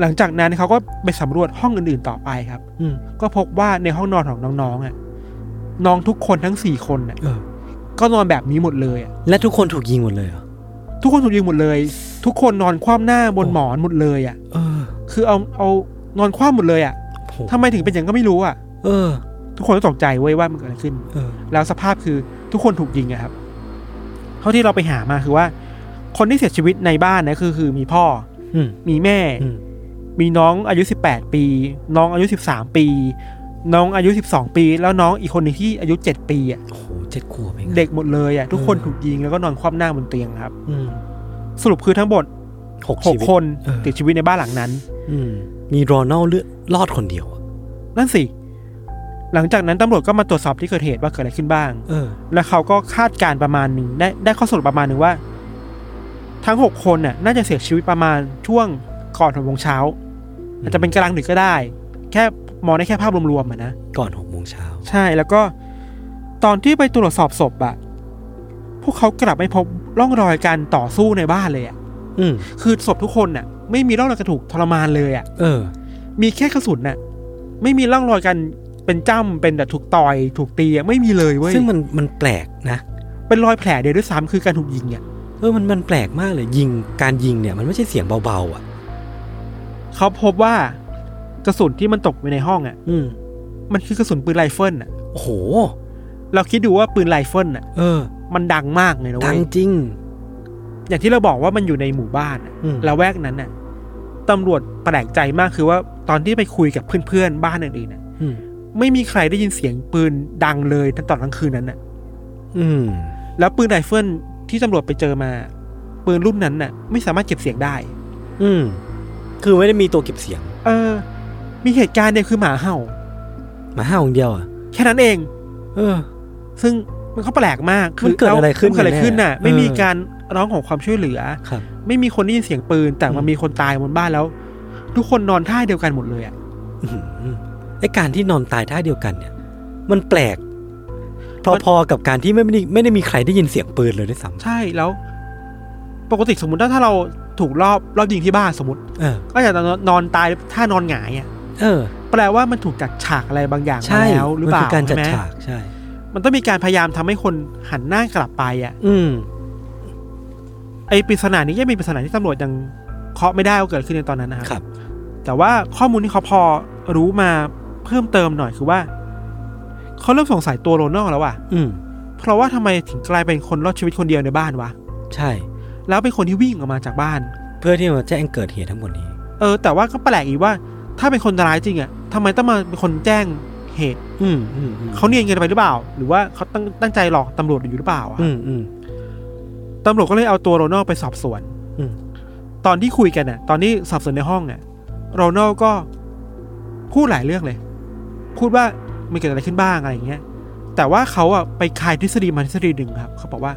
S3: หลังจากนั้นเขาก็ไปสำรวจห้องอื่นๆต่อไปครับ
S2: อืม
S3: ก็พบว่าในห้องนอนของน้องๆอะน้องทุกคนทั้งสี่คนน่ะ
S2: เออ
S3: ก็นอนแบบนี้หมดเลยอะ
S2: และทุกคนถูกยิงหมดเลยเหรอ
S3: ทุกคนถูกยิงหมดเลย ทุกคนนอนคว่ำหน้าบนหมอนหมดเลยอ่ะ
S2: เออ
S3: คือเอาเอานอนคว่ำหมดเลยอ่ะ
S2: โห
S3: ทำไมถึงเป็นอย่างนั้นก็ไม่รู้อ่ะ
S2: เออ
S3: ทุกคนก็ตกใจเว้ยว่ามันเกิดอะไรขึ้น
S2: เออ
S3: แล้วสภาพคือทุกคนถูกยิงอะครับ เท่าที่เราไปหามาคือว่า คนที่เสียชีวิตในบ้านนะคือคือมีพ่อ
S2: อืม
S3: มีแม่
S2: อืม
S3: มีน้องอายุ 18 ปี น้องอายุ 13 ปี น้องอายุ 12 ปี แล้วน้องอีกคนหนึงที่อายุ 7 ปีอ่ะ
S2: โอ้โหเจ็ดขวบเองอะ
S3: เด็กหมดเลยอ่ะ ทุกคน
S2: เออ
S3: ถูกยิงแล้วก็นอนคว่ำหน้าบนเตียงครับ
S2: อืม
S3: สรุปคือทั้งหมด
S2: หก
S3: ห
S2: ชี
S3: ก
S2: วิต
S3: คน
S2: เออ
S3: ติดชีวิตในบ้านหลังนั้น
S2: อืมมีโรนัลเลือดรอดคนเดียวอะ
S3: นั่นสิ หลังจากนั้นตำรวจก็มาตรวจสอบที่เกิดเหตุว่าเกิดอะไรขึ้นบ้าง
S2: เออ
S3: แล้วเขาก็คาดการณ์ประมาณหนึ่งได้ได้ข้อสรุปประมาณหนึ่งว่า ทั้งหกคนน่ะน่าจะเสียชีวิตประมาณช่วงก่อนหกโมงเช้า อาจจะเป็นกลางดึกก็ได้ แค่มองได้แค่ภาพรวมๆอะนะ
S2: ก่อนหกโมงเช้า
S3: ใช่แล้วก็ตอนที่ไปตรวจสอบศพอะพวกเขากลับไม่พบร่องรอยการต่อสู้ในบ้านเลยอะ
S2: อืม
S3: คือศพทุกคนน่ะ ไม่มีร่องรอยการถูกทรมานเลยอะ
S2: เออ
S3: มีแค่กระสุนน่ะ ไม่มีร่องรอยกันเป็นจ้ำเป็นแบบถูกต่อยถูกตีอะไม่มีเลยเว้ย
S2: ซึ่งมันมันแปลกนะ
S3: เป็นรอยแผลเดียวด้วยซ้ำคือการถูกยิงอ่ะ
S2: เออมันมันแปลกมากเลยยิงการยิงเนี่ย มันไม่ใช่เสียงเบาๆอ่ะ
S3: เขาพบว่ากระสุนที่มันตกไปในห้องอ่ะ
S2: อืม
S3: มันคือกระสุนปืนไรเฟิลอ่ะ
S2: โอ้โห
S3: เราคิดดูว่าปืนไรเฟิลอ่ะ
S2: เออ
S3: มันดังมากเลยนะ
S2: ดั
S3: เว้
S2: ง
S3: ย
S2: จริง
S3: อย่างที่เราบอกว่ามันอยู่ในหมู่บ้านอะ
S2: อืม
S3: ละแวกนั้นน่ะตำรวจแปลกใจมากคือว่าตอนที่ไปคุยกับเพื่อนๆบ้านอื่นๆน่ะ
S2: อืม
S3: ไม่มีใครได้ยินเสียงปืนดังเลยตั้งแต่ตอนกลางคืนนั้นน่ะ
S2: อืม
S3: แล้วปืนไรเฟิลที่ตำรวจไปเจอมา ปืนรุ่นนั้นน่ะ ไม่สามารถเก็บเสียงได้
S2: อืมคือไม่ได้มีตัวเก็บเสียง
S3: เออ มีเหตุการณ์เดียวคือหมาเห่า
S2: หมาห้าของเดียวอ่ะ
S3: แค่นั้นเอง
S2: เออ
S3: ซึ่งมันก็แปลกมากคื
S2: มันเกิดอะไรขึ้น
S3: มัเกิดอะไรขึ้นน่ะ
S2: แน่ๆ
S3: ไม่มี
S2: เออ
S3: การร้องของความช่วยเหลือ
S2: ครับ
S3: ไม่มีคนได้ยินเสียงปืน แต่มัน
S2: อืม
S3: มีคนตายบนบ้านแล้ว ทุกคนนอนท่าเดียวกันหมดเลยอ่ะ
S2: อื้อหือไอการที่นอนตายท่าเดียวกันเนี่ย มันแปลก พอๆกับการที่ไม่ได้ไม่ได้มีใครได้ยินเสียงปืนเลยด้วยซ้
S3: ใช่แล้ว ปกติสมมติถ้าถ้าเราถูกรอบรอบยิงที่บ้านสมมติ
S2: ำเออ
S3: ก็จะนอนตายท่านอนหงายอ่ะ
S2: เออ
S3: แปลว่ามันถูกจัดฉากอะไรบางอย่างมา
S2: ใช่
S3: แล้วหรือเปล่า
S2: มันคือการจัด
S3: ใช่ไหม
S2: ฉากใช่
S3: มันต้องมีการพยายามทำให้คนหันหน้ากลับไปอ่ะ
S2: อืม
S3: ไอปริศนานี้ยังเป็นปริศนาที่ตำรวจยังเคาะไม่ได้ว่าเกิดขึ้นในตอนนั้นนะครับ แต่ว่าข้อมูลที่เขาพอรู้มาเพิ่มเติมหน่อยคือว่า เขาเริ่มสงสัยตัวโรนัลแล้วอ่ะ
S2: อืม
S3: เพราะว่าทำไมถึงกลายเป็นคนรอดชีวิตคนเดียวในบ้านวะ
S2: ใช่
S3: แล้วเป็นคนที่วิ่งออกมาจากบ้าน
S2: เพื่อที่มาแจ้งเกิดเหตุทั้งหมดนี้
S3: เออ แต่ว่าก็แปลกอีกว่า ถ้าเป็นคนร้ายจริงอ่ะทำไมต้องมาเป็นคนแจ้งเหตุ
S2: อืมอืมอืม
S3: เขาเนียนกันไปหรือเปล่า หรือว่าเขาตั้งตั้งใจหลอกตำรวจอยู่หรือเปล่าอะ
S2: อืมอืม
S3: ตำรวจก็เลยเอาตัวโรนัลไปสอบสวน
S2: อืม
S3: ตอนที่คุยกันน่ะ ตอนที่สอบสวนในห้องอ่ะ โรนัลก็พูดหลายเรื่องเลย พูดว่ามันเกิดอะไรขึ้นบ้างอะไรอย่างเงี้ย แต่ว่าเขาอ่ะไปคายทฤษฎีมาทฤษฎีหนึ่งครับ เขาบอกว่า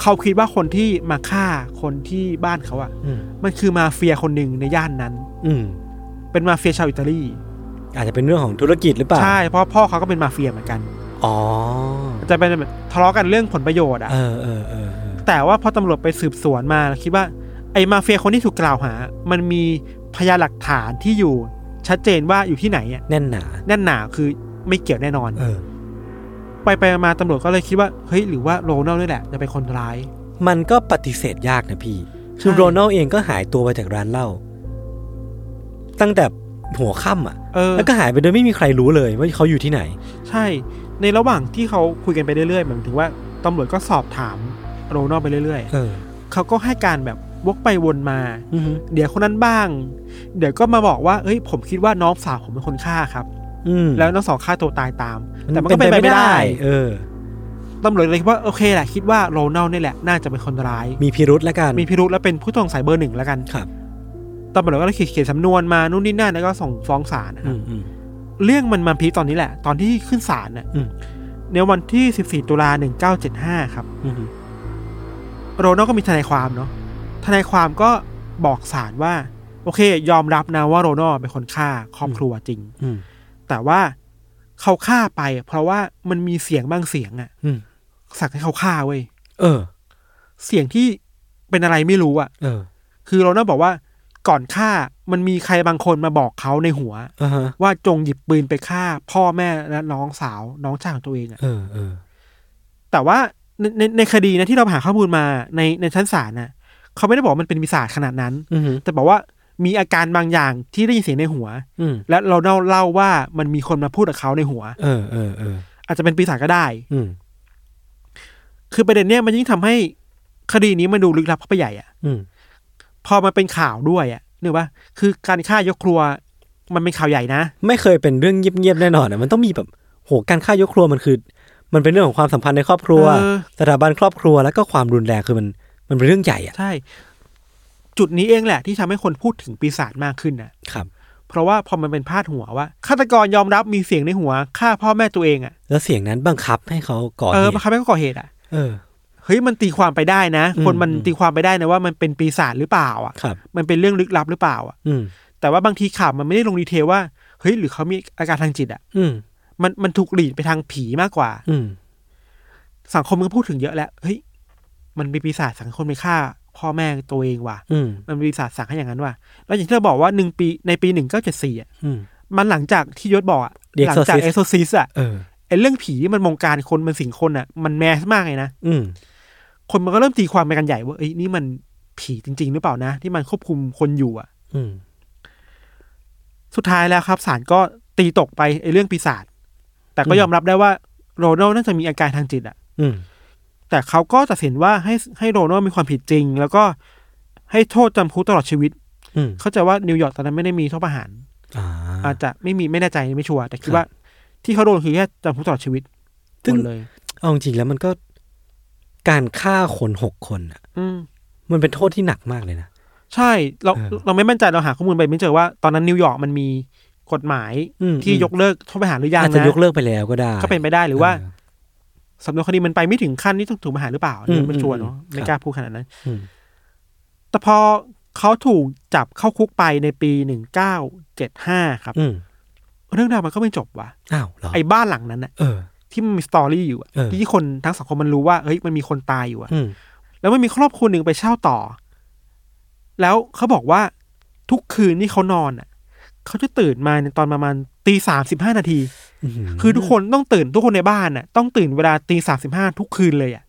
S3: เขาคิดว่าคนที่มาฆ่าคนที่บ้านเขาอ่ะ
S2: อืม
S3: มันคือมาเฟียคนหนึ่งในย่านนั้น
S2: อืม
S3: เป็นมาเฟียชาวอิตาลี
S2: อาจจะเป็นเรื่องของธุรกิจหรือเปล่า
S3: ใช่ เพราะพ่อเขาก็เป็นมาเฟียเหมือนกัน
S2: อ๋อ
S3: จะเป็นแบบทะเลาะกันเรื่องผลประโยชน์อ่ะ
S2: เออเออเออเออ
S3: แต่ว่าพอตำรวจไปสืบสวนมาคิดว่า ไอ้มาเฟียคนที่ถูกกล่าวหา มันมีพยานหลักฐานที่อยู่ชัดเจนว่าอยู่ที่ไหนอะ
S2: แน่นหนา
S3: แน่นหนาคือไม่เกี่ยวแน่นอน
S2: เออ
S3: ไปไปมาตำรวจก็เลยคิดว่าเฮ้ยหรือว่าโรนัลนี่แหละจะเป็นคนร้าย
S2: มันก็ปฏิเสธยากนะพี่ คือโรนัลเองก็หายตัวไปจากร้านเหล้าตั้งแต่หัวค่ำอ่ะ
S3: เออ
S2: แล้วก็หายไปโดยไม่มีใครรู้เลยว่าเขาอยู่ที่ไหน
S3: ใช่ ในระหว่างที่เขาคุยกันไปเรื่อยๆเหมือนถึงว่าตำรวจก็สอบถามโรนัลไปเรื่อย
S2: เออ
S3: ๆ เขาก็ให้การแบบวกไปวนมา
S2: อือหือ
S3: เดี๋ยวคนนั้นบ้าง เดี๋ยวก็มาบอกว่า เอ้ย ผมคิดว่าน้องสาวผมเป็นคนฆ่าครับ
S2: อืม
S3: แล้วน้องสาวฆ่าตัวตายตาม แต่มัน
S2: เป็
S3: ก็
S2: น
S3: เป็น
S2: ไป
S3: ไป
S2: ไม่
S3: ไม่
S2: ได้
S3: ได้
S2: เออ
S3: ตำรวจเลยคิดว่าโอเคแหละคิดว่าโรนัลนี่แหละน่าจะเป็นคนร้าย
S2: มีพิรุธแล้วกัน
S3: มีพิรุธและเป็นผู้ต้องสงสัยเบอร์หนึ่งแล้วกัน
S2: ครับ
S3: ตำรวจก็เลยเขียนเขียนสำนวนมานู่นนี่นั่นแล้วก็ส่งฟ้องศาลนะค
S2: อื
S3: รับ
S2: มอืม
S3: เรื่องมันมาพีคตอนนี้แหละ ตอนที่ขึ้นศาลน่ะ
S2: อืม
S3: ในวันที่ 14 ตุลา 1975 ครับ
S2: อืมอืม
S3: โรนัลก็มีทนายความเนาะทนายความก็บอกศาลว่า โอเค ยอมรับนะว่าโรนัลเป็นคนฆ่าครอบครัวจริง
S2: อืม
S3: แต่ว่าเขาฆ่าไป เพราะว่ามันมีเสียงบางเสียงอะ
S2: อืม
S3: สั่งให้เขาฆ่าเว้ย
S2: เออ
S3: เสียงที่เป็นอะไรไม่รู้อะ
S2: เออ
S3: คือโรนัลบอกว่าก่อนฆ่ามันมีใครบางคนมาบอกเขาในหัว
S2: อ่าฮะ
S3: ว่าจงหยิบปืนไปฆ่าพ่อแม่และน้องสาวน้องชายของตัวเองอะ
S2: เออเออ
S3: แต่ว่าในในในคดีนะที่เราหาข้อมูลมาในในชั้นศาลนะเขาไม่ได้บอกว่ามันเป็นวิสาขนาดนั้น
S2: อือหือ
S3: แต่บอกว่ามีอาการบางอย่างที่ได้ยินเสียงในหัว
S2: อืม
S3: และเราเล่าเล่าว่ามันมีคนมาพูดกับเขาในหัว
S2: เออเออเออ
S3: อาจจะเป็นปีศาจก็ได้
S2: อืม
S3: คือประเด็นเนี้ยมันยิ่งทำให้คดีนี้มันดูลึกลับเข้าไปใหญ่อะ
S2: อืม
S3: พอมันเป็นข่าวด้วยอะนึกว่าคือการฆ่ายกครัวมันเป็นข่าวใหญ่นะ
S2: ไม่เคยเป็นเรื่องเงียบๆแน่นอนอะมันต้องมีแบบโหการฆ่ายกครัวมันคือ มันเป็นเรื่องของความสัมพันธ์ในครอบครัว
S3: เออ
S2: สถาบันครอบครัวแล้วก็ความรุนแรงคือมันมันเป็นเรื่องใหญ่อ่ะ
S3: ใช่ จุดนี้เองแหละที่ทำให้คนพูดถึงปีศาจมากขึ้นนะ
S2: ครับ
S3: เพราะว่าพอมันเป็นพาดหัวว่าฆาตกรยอมรับมีเสียงในหัวฆ่าพ่อแม่ตัวเองอ่ะ
S2: แล้วเสียงนั้นบังคับให้เขาก่อเห
S3: เออ
S2: ตุ
S3: บังคับให้เขาก่อเหตุอ่ะ
S2: เออ
S3: เฮ้ยมันตีความไปได้นะ
S2: อืม
S3: คนมัน
S2: อืม
S3: ตีความไปได้นะว่ามันเป็นปีศาจหรือเปล่าอ่ะ
S2: ครับ
S3: มันเป็นเรื่องลึกลับหรือเปล่าอ่ะ
S2: อืม
S3: แต่ว่าบางทีข่าวมันไม่ได้ลงดีเทลว่าเฮ้ยหรือเขามีอาการทางจิตอ่ะ
S2: อืม
S3: มันมันถูกหลีดไปทางผีมากกว่า
S2: อืม
S3: สังคมมันก็พูดถึงเยอะแล้วเฮ้ยมันเป็นปีศาจสั่งให้คนไปฆ่า พ่อแม่ตัวเองว่ะ
S2: อืม
S3: มันเป็นปีศาจสั่งให้อย่างนั้นว่ะแล้วอย่างที่เราบอกว่าหนึ่งปีในปีหนึ่งเก้าเจ็ดสี่อ่ะ
S2: อืม
S3: มันหลังจากที่ยศบอกอ่ะ
S2: The
S3: หลัจาก
S2: Exorcist
S3: เอ็กโซซิสอ่ะ
S2: เออ
S3: ไอ้เรื่องผีที่มันมงการคนมันสิงคนอ่ะมันแมสมากเลยนะ
S2: อืม
S3: คนมันก็เริ่มตีความไปกันใหญ่ว่าเอ้ยนี่มันผีจริง ๆ หรือเปล่านะ ที่มันควบคุมคนอยู่อ่ะ
S2: อืม
S3: สุดท้ายแล้วครับศาลก็ตีตกไปไอ้เรื่องปีศาจแต่ก็ยอมรับได้ว่าโรนัลน่าจะมีอาการทางจิตอ่ะ
S2: อืม
S3: แต่เขาก็ตัดสินว่าให้ให้โรนัลมีความผิดจริง แล้วก็ให้โทษจำคุกตลอดชีวิต
S2: อืม
S3: เข้าใจว่านิวยอร์กตอนนั้นไม่ได้มีโทษประหาร
S2: อ่า
S3: อาจจะไม่มีไม่แน่ใจไม่ชัวร์แต่คิ
S2: ค
S3: ด
S2: รับ
S3: ว่า ที่เขาโดนคือแค่จำคุกตลอดชีวิต
S2: ซึ่ง
S3: หมดเลย
S2: เอาจริงๆแล้วมันก็การฆ่าคนหกคนอะ
S3: อืม
S2: มันเป็นโทษที่หนักมากเลยนะ
S3: ใช่เรา
S2: เออ
S3: เราไม่มั่นใจเราหาข้อมูลไปไม่เจอว่าตอนนั้นนิวยอร์กมันมีกฎหมาย
S2: อืม
S3: ที่
S2: อืม
S3: ยกเลิกโทษประหารหรือยัง
S2: อาจจะ
S3: นะ
S2: ยกเลิกไปแล้วก็ได้
S3: ก็เป็นไปได้หรือว่า
S2: เ
S3: สำนวนคดีมันไปไม่ถึงขั้นที่ต้องถูกประหารหรือเปล่าอันนี้
S2: อืม
S3: ไม่ชัวร์เนาะ
S2: อืมค
S3: ไม่
S2: รับ
S3: กล้าพูดขนาดนั้น
S2: อืม
S3: แต่พอเขาถูกจับเข้าคุกไปในปีหนึ่งเก้าเจ็ดห้าครับ
S2: อืม
S3: เรื่องราวมันก็ไม่จบว่ะ
S2: อ้าวเหรอ
S3: ไอ้บ้านหลังนั้นน่ะ
S2: เออ
S3: ที่มันมีสตอรี่อยู่อะ
S2: เออ
S3: ที่คนทั้งสังคมมันรู้ว่าเฮ้ยมันมีคนตายอยู่อะ
S2: อืม
S3: แล้วมันมีครอบครัวหนึ่งไปเช่าต่อ แล้วเขาบอกว่าทุกคืนที่เขานอนอ่ะ เขาจะตื่นมาในตอนประมาณตีสามสิบห้านาที
S2: ม
S3: คือทุกคนต้องตื่นทุกคนในบ้านน่ะต้องตื่นเวลาตีสามสิบห้าทุกคืนเลยอ่ะ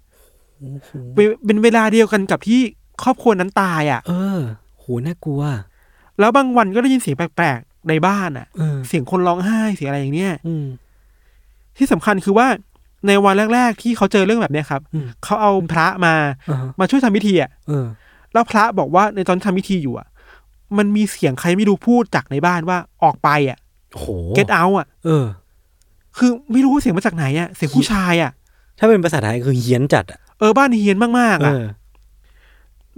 S3: เป็นเป็นเวลาเดียวกันกับที่ครอบครัวนั้นตายอ่ะ
S2: เออโหน่ากลัว
S3: แล้วบางวันก็ได้ยินเสียงแปลกๆในบ้านอ่ะ
S2: เออ
S3: เสียงคนร้องไห้เสียงอะไรอย่างเนี้ย
S2: อืม
S3: ที่สำคัญคือว่าในวันแรก ๆ ที่เขาเจอเรื่องแบบเนี้ยครับ
S2: อืม
S3: เขาเอาพระมา
S2: อ่าฮะ
S3: มาช่วยทำพิธีอ่ะ
S2: เออ
S3: แล้วพระบอกว่าในตอนทำพิธีอยู่อ่ะ มันมีเสียงใครไม่รู้พูดจากในบ้านว่าออกไปอ่ะ
S2: โห
S3: get out อ่ะ
S2: เออ
S3: คือไม่รู้ว่าเสียงมาจากไหนอ่ะเสียงผู้ชายอ่ะ
S2: ถ้าเป็นภาษาไทยคือเฮี้ยนจัดอะ
S3: เออบ้านเฮียนมากๆ
S2: เอ
S3: อ่ะ
S2: อ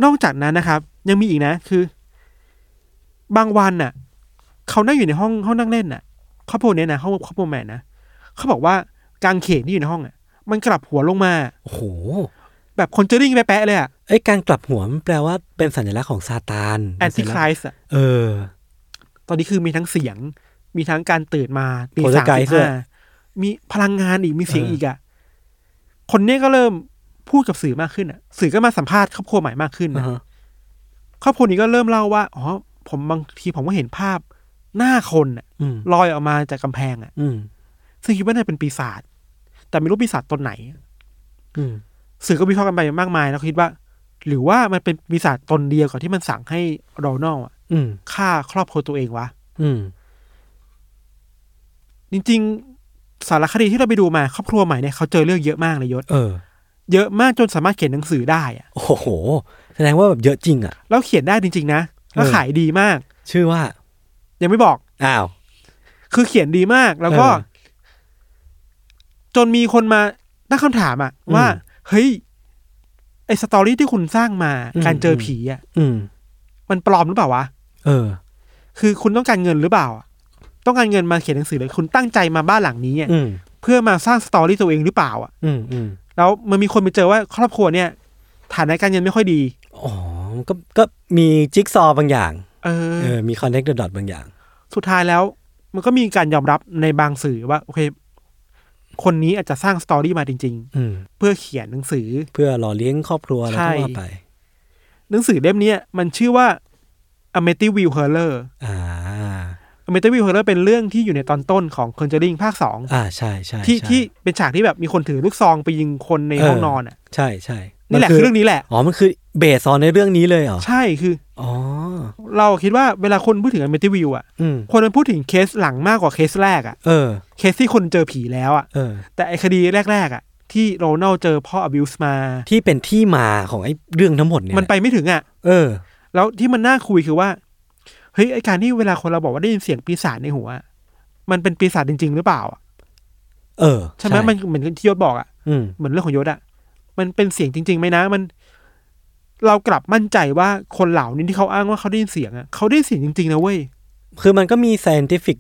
S2: น
S3: อกจากนั้นนะครับ ยังมีอีกนะคือ บางวันน่ะ เขานั่งอยู่ในห้องห้องนั่งเล่นน่ะครอบครัวเนี้ยนะห้องครอบครัวแม่นะเขาบอกว่ากางเขนที่อยู่ในห้องอ่ะ มันกลับหัวลงมา
S2: โอ้โห
S3: แบบคนเจอริ่งแปะๆเลยอ่ะ
S2: ไอ้ยการกลับหัวมันแปลว่าเป็นสัญลักษณ์ของซาตาน
S3: แอนติคลายส์อ่ะ
S2: เออ
S3: ตอนนี้คือมีทั้งเสียง มีทั้งการตื่นมาตีสาม
S2: Poltergeist ด้วย
S3: มีพลังงานอีกมีเสียงอีกอ่ะคนเนี้ยก็เริ่มพูดกับสื่อมากขึ้นอ่ะ สื่อก็มาสัมภาษณ์ครอบครัวใหม่มากขึ้น
S2: อ่า
S3: นะ
S2: ฮะ
S3: ครอบครัวนี้ก็เริ่มเล่าว่าอ๋อผมบางทีผมก็เห็นภาพหน้าคนอ่ะ
S2: อืม
S3: ลอยออกมาจากกำแพงอ่ะ
S2: อืม
S3: ซึ่งคิดว่าน่าจะเป็นปีศาจแต่ไม่รู้ปีศาจตนไหน
S2: อืม
S3: สื่อก็วิเคราะห์กันไปมากมาย แล้วคิดว่า หรือว่ามันเป็นปีศาจตนเดียวกับที่มันสั่งให้โรนัลด์อะ
S2: อืม
S3: ฆ่าครอบครัวตัวเองวะ
S2: อืม
S3: จริง ๆ สารคดีที่เราไปดูมาครอบครัวใหม่เนี่ยเขาเจอเรื่องเยอะมากเลยยศ
S2: เออ
S3: เยอะมากจนสามารถเขียนหนังสือได้อะ
S2: โอ้โห แสดงว่าแบบเยอะจริงอ่ะ
S3: แล้วเขียนได้จริง ๆ นะ แล้ว
S2: เออ
S3: ขายดีมาก
S2: ชื่อว่า
S3: ยังไม่บอก
S2: อ้าว
S3: คือเขียนดีมากแล้วก็
S2: เออ
S3: จนมีคนมาตั้งคำถามอะ
S2: อืม
S3: ว่า เฮ้ย ไอสตอรี่ที่คุณสร้างมา
S2: อืม
S3: การเจอผีอะ
S2: อืม
S3: มันปลอมหรือเปล่าวะ
S2: เออ
S3: คือคุณต้องการเงินหรือเปล่าอะต้องการเงินมาเขียนหนังสือเลยคุณตั้งใจมาบ้านหลังนี้อะ
S2: อืม
S3: เพื่อมาสร้างสตอรี่ตัวเองหรือเปล่าอะ
S2: อืมอืม
S3: แล้วมันมีคนไปเจอว่าครอบครัวเนี่ย ฐานะการเงินไม่ค่อยดี
S2: อ๋อ ก็ ก็มีจิ๊กซอว์บางอย่าง
S3: เออ
S2: เออ มีคอนเน c t เดอะดอทบางอย่าง
S3: สุดท้ายแล้ว มันก็มีการยอมรับในบางสื่อว่า โอเค คนนี้อาจจะสร้างสตอรี่มาจริง
S2: อืม
S3: ๆ เพื่อเขียนหนังสือ
S2: เพื่อหล่อเลี้ยงครอบครัวอะไร
S3: ใช่
S2: ก็ว่าไป
S3: หนังสือเล่มเนี้ยมันชื่อว่า a m e t y v i l l Horror
S2: อ่า
S3: a m e t y v i l l Horror เป็นเรื่องที่อยู่ในตอนต้นของ Conjuring ภาคสอง
S2: อ่า ใช่ใช่
S3: ที่
S2: ใช่
S3: ที่เป็นฉากที่แบบมีคนถือลูกซองไปยิงคนใน
S2: เออ
S3: ห้องนอนอ่ะ
S2: ใช่ใช่มั
S3: นี่แหละคือเรื่องนี้แหละ
S2: อ๋อ มันคือเบสซอนในเรื่องนี้เลยเหรอ
S3: ใช่คือ
S2: อ๋อ
S3: เราคิดว่าเวลาคนพูดถึง a m e t y v i l l อ่ะ
S2: อืม
S3: คนมันพูดถึงเคสหลังมากกว่าเคสแรกอ่ะ
S2: เออ
S3: เคสที่คนเจอผีแล้วอ่ะ
S2: เออ
S3: แต่ไอคดีแรก ๆ อ่ะ ที่โรนัลเจอพ่อ abuse มา
S2: ที่เป็นที่มาของไอ้เรื่องทั้งหมดเนี่ย
S3: มันไปไม่ถึงอ่ะ
S2: เออ
S3: แล้วที่มันน่าคุยคือว่าเฮ้ยไอการที่เวลาคนเราบอกว่าได้ยินเสียงปีศาจในหัวอะมันเป็นปีศาจจริง ๆ หรือเปล่าอะ
S2: เออ
S3: ใช่ไหมมันเหมือนที่ยศบอกอะ
S2: อืม
S3: เหมือนเรื่องของยศอะมันเป็นเสียงจริงๆไหมนะ มัน เรากลับมั่นใจว่าคนเหล่านี้ที่เขาอ้างว่าเขาได้ยินเสียงอะเขาได้ยินเสียงจริงๆนะเว้ย
S2: คือมันก็มี scientific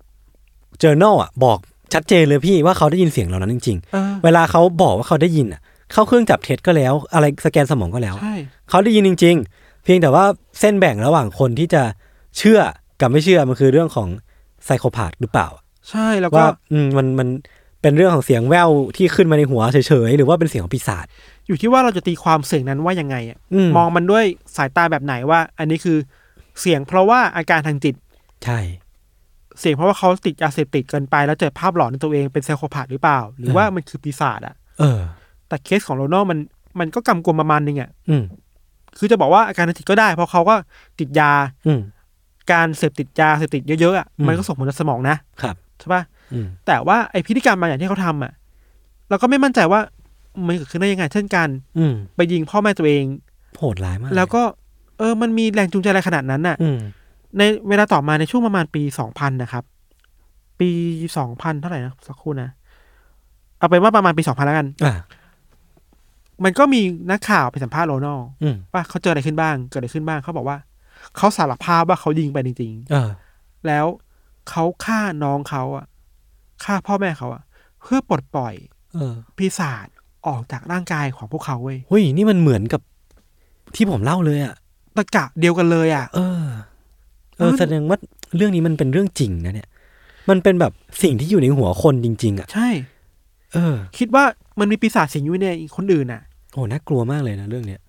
S2: journal อ่ะ บอกชัดเจนเลยพี่ว่าเขาได้ยินเสียงเหล่านั้นจริง
S3: เออ
S2: ๆ เวลาเขาบอกว่าเขาได้ยินอ่ะ เข้าเครื่องจับเท็จก็แล้ว อะไรสแกนสมองก็แล้ว
S3: ใช่
S2: เขาได้ยินจริง ๆ เพียงแต่ว่าเส้นแบ่งระหว่างคนที่จะเชื่อกับไม่เชื่อมันคือเรื่องของไซโคพาธหรือเปล่า
S3: ใช่แล้วก็
S2: ว่าอืมมันมันเป็นเรื่องของเสียงแว่วที่ขึ้นมาในหัวเฉยๆ หรือว่าเป็นเสียงของปีศาจ
S3: อยู่ที่ว่าเราจะตีความเสียงนั้นว่ายังไงอะ
S2: อืม
S3: มองมันด้วยสายตาแบบไหนว่า อันนี้คือเสียงเพราะว่าอาการทางจิต
S2: ใช่
S3: เสียงเพราะว่าเขาติดยาเสพติดเกินไปแล้วเจอภาพหลอนในตัวเองเป็นไซโคพาธหรือเปล่า หรือว่ามันคือปีศาจอะ
S2: เออ
S3: แต่เคสของโรนัลมันมันก็กำกวมประมาณนึงอะ
S2: อืม
S3: คือจะบอกว่าอาการทางจิตก็ได้ เพราะเขาก็ติดยา
S2: อืม
S3: การเสพติดยาเสพติดเยอะๆอะ
S2: อืม
S3: มันก็ส่งผลต่อสมองนะครับ ใช่ปะ
S2: อืม
S3: แต่ว่าไอพฤติกรรมบางอย่างที่เขาทำอะเราก็ไม่มั่นใจว่ามันเกิดขึ้นได้ยังไง เช่นการ
S2: อืม
S3: ไปยิงพ่อแม่ตัวเอง
S2: โหดร้ายมาก
S3: แล้วก็เออมันมีแรงจูงใจอะไรขนาดนั้นน่ะ
S2: อืม
S3: ในเวลาต่อมาในช่วงประมาณปีสองพันนะครับ ปีสองพันเท่าไหร่นะสักครู่นะ เอาไปนว่าประมาณปีสองพันแล้วกัน
S2: อ่ะ
S3: มันก็มีนักข่าวไปสัมภาษณ์โรนัล
S2: อืม
S3: ว่าเขาเจออะไรขึ้นบ้าง เกิดอะไรขึ้นบ้างเขาบอกว่า เขาสารภาพว่าเขายิงไปจริง
S2: เออ
S3: ๆ แล้วเขาฆ่าน้องเขาอ่ะฆ่าพ่อแม่เขาอ่ะ เพื่อปลดปล่อย
S2: เออ
S3: ปีศาจออกจากร่างกายของพวกเขาเว้ย
S2: เฮ้ยนี่มันเหมือนกับที่ผมเล่าเลยอ่ะ
S3: ตะกะเดียวกันเลยอ่ะ
S2: เออ เออ
S3: เออ
S2: แสดงว่าเรื่องนี้มันเป็นเรื่องจริงนะเนี่ย มันเป็นแบบสิ่งที่อยู่ในหัวคนจริง ๆ อ่ะ
S3: ใช่
S2: เออ
S3: คิดว่ามันมีปีศาจสิงอยู่ในคนอื่นอ่ะ
S2: โอ้น่ากลัวมากเลยนะเรื่องเนี้ย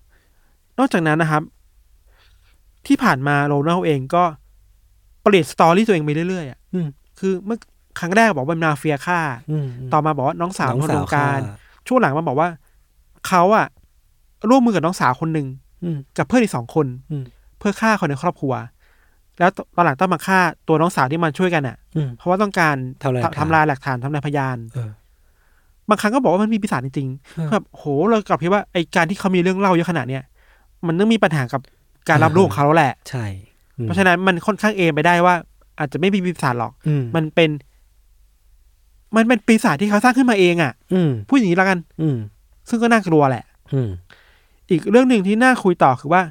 S3: นอกจากนั้นนะครับ ที่ผ่านมาโรนัลเองก็เปลี่ยนสตอรี่ตัวเองไปเรื่อยๆอะ
S2: อืม
S3: คือเมื่อครั้งแรกบอกว่าเป็นมาเฟียฆ่า
S2: อืม
S3: ต่อมาบอกว่าน้องสาว
S2: น้อง
S3: คน
S2: สาว ว
S3: งการ
S2: ค่ะ
S3: ช่วงหลังมาบอกว่า เขาอะร่วมมือกับน้องสาวคนหนึ่ง
S2: อืม
S3: กับเพื่อนอีกสองคน
S2: อืม
S3: เพื่อฆ่าคนในครอบครัว แล้วตอนหลังต้องมาฆ่าตัวน้องสาวที่มาช่วยกันอะ
S2: อืม
S3: เพราะว่าต้องการ
S2: ทำลายหลักฐาน
S3: ทำลายหลักฐานทำลายพยาน
S2: เออ
S3: บางครั้งก็บอกว่ามันมีปีศาจจริง
S2: เออ
S3: ๆแบบโหเรากลับคิดว่าไอการที่เขามีเรื่องเล่าเยอะขนาดเนี้ยมันต้องมีปัญหากับการรับรู้
S2: อ่า
S3: ของเขาแล้วแหละ
S2: ใช่อืม
S3: เพราะฉะนั้นมันค่อนข้างเอนไปได้ว่า อาจจะไม่มีปีศาจหรอก
S2: อืม
S3: มันเป็น มันเป็นปีศาจที่เขาสร้างขึ้นมาเองอะ่ะ
S2: อืม
S3: พูดอย่างนี้แล้วกัน
S2: อืม
S3: ซึ่งก็น่ากลัวแหละ
S2: อืม
S3: อีกเรื่องหนึ่งที่น่าคุยต่อคือว่า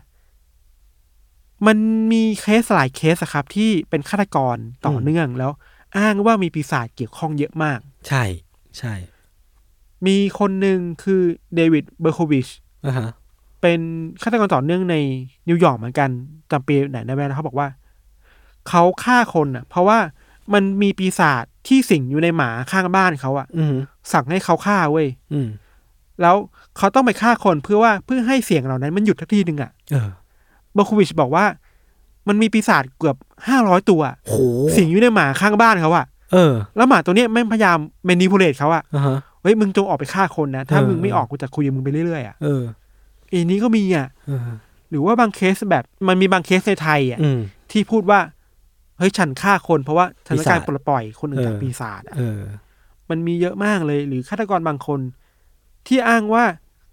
S3: มันมีเคสหลายเคสอะครับ ที่เป็นฆาตกรต่อเนื่องแล้ว อ้างว่ามีปีศาจเกี่ยวข้องเยอะมาก
S2: ใช่ใช่
S3: มีคนหนึ่งคือเดวิดเบอร์โควิช
S2: อ่ะฮะ
S3: เป็นฆาตกรต่อเนื่องในนิวยอร์กเหมือนกันจำปีไหนได้ไหมแล้วเขาบอกว่า เขาฆ่าคนอ่ะ เพราะว่ามันมีปีศาจที่สิงอยู่ในหมาข้างบ้านเขาอ่ะ
S2: อืม
S3: สั่งให้เขาฆ่าเว้ย
S2: อืม
S3: แล้วเขาต้องไปฆ่าคนเพื่อว่าเพื่อให้เสียงเหล่านั้นมันหยุดทักทีหนึ่งอ่ะ
S2: เออ
S3: เบอร์คูวิชบอกว่า มันมีปีศาจเกือบห้าร้อยตัวอะ
S2: โห
S3: สิงอยู่ในหมาข้างบ้านเขาอ่ะ
S2: เออ
S3: แล้วหมาตัวเนี้ยแม่งพยายามเมนิพูเลตเขาอ่ะ
S2: อ่ะฮะ
S3: เฮ้ยมึงจงออกไปฆ่าคนนะถ้า
S2: เออ
S3: มึงไม่ออกกูจะคุยกับมึงไปเรื่อยๆอ่ะ
S2: เออ
S3: อีนี้ก็มีอ่ะ
S2: เออ
S3: หรือว่าบางเคสแบบมันมีบางเคสในไทยอ่ะ
S2: อืม
S3: ที่พูดว่า เฮ้ยฉันฆ่าคนเพราะว่าฉันต้องการ
S2: ปีศาจ
S3: ปลดปล่อยคนอื่นจาก
S2: เออ
S3: ปีศาจอะ
S2: เออ
S3: มันมีเยอะมากเลย หรือฆาตกรบางคน ที่อ้างว่า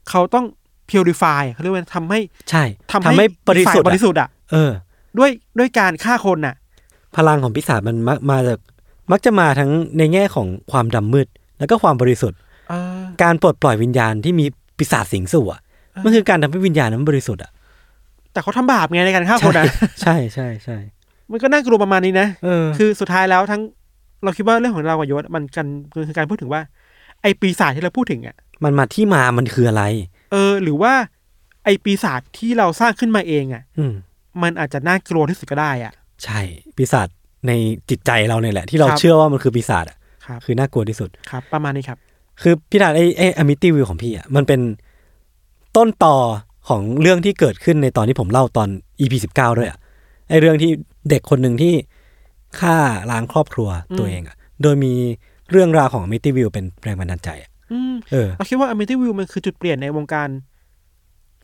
S3: เขาต้องพิวริฟายเขาเรียกว่าทำให้
S2: ใช่ทำให้บริสุทธิ์
S3: บริ
S2: อะ
S3: สุทธิ์อ่ะ
S2: เออ
S3: ด้วยด้วยการฆ่าคนน่ะ
S2: พลังของปีศาจมันมักมาจากมักจะมาทั้งในแง่ของความดำมืด แล้วก็ความบริสุทธิ์
S3: เออ
S2: การปลดปล่อยวิญญาณที่มีปีศาจสิงสู่อะ
S3: เออ
S2: มันคือการทำให้วิญญาณนั้นบริสุทธิ์อ่ะ
S3: แต่เขาทำบาปไงในการฆ่า คนอ่ะ
S2: ใช่ใช่ใช่
S3: มันก็น่ากลัวประมาณนี้นะ
S2: เออ
S3: คือสุดท้ายแล้วทั้งเราคิดว่าเรื่องของเรากับยศมันกันคือการพูดถึงว่า ไอ้ปีศาจที่เราพูดถึงอ่ะ
S2: มันมาที่มามันคืออะไร
S3: เออ หรือว่า ไอ้ปีศาจที่เราสร้างขึ้นมาเองอ่ะ
S2: อืม
S3: มันอาจจะน่ากลัวที่สุดก็ได้อ่ะ
S2: ใช่ปีศาจในจิตใจเราเนี่ยแหละ ที่เรา
S3: ครับ
S2: เชื่อว่ามันคือปีศาจอะ
S3: ครับ
S2: คือน่ากลัวที่สุด
S3: ครับ ประมาณนี้ครับ
S2: คือพี่ดานไอ้ไอ้อมิตี้วิวของพี่อ่ะมันเป็นต้นต่อของเรื่องที่เกิดขึ้นในตอนที่ผมเล่าตอน EP สิบเก้าด้วยอ่ะไอ้เรื่องที่เด็กคนหนึ่งที่ฆ่าล้างครอบครัวตัวเองอ่ะโดยมีเรื่องราวของอมิตี้วิวเป็นแรงบันดาลใจอะ
S3: อืม
S2: เออ
S3: เราคิดว่าอเมทิวิวมันคือจุดเปลี่ยนในวงการ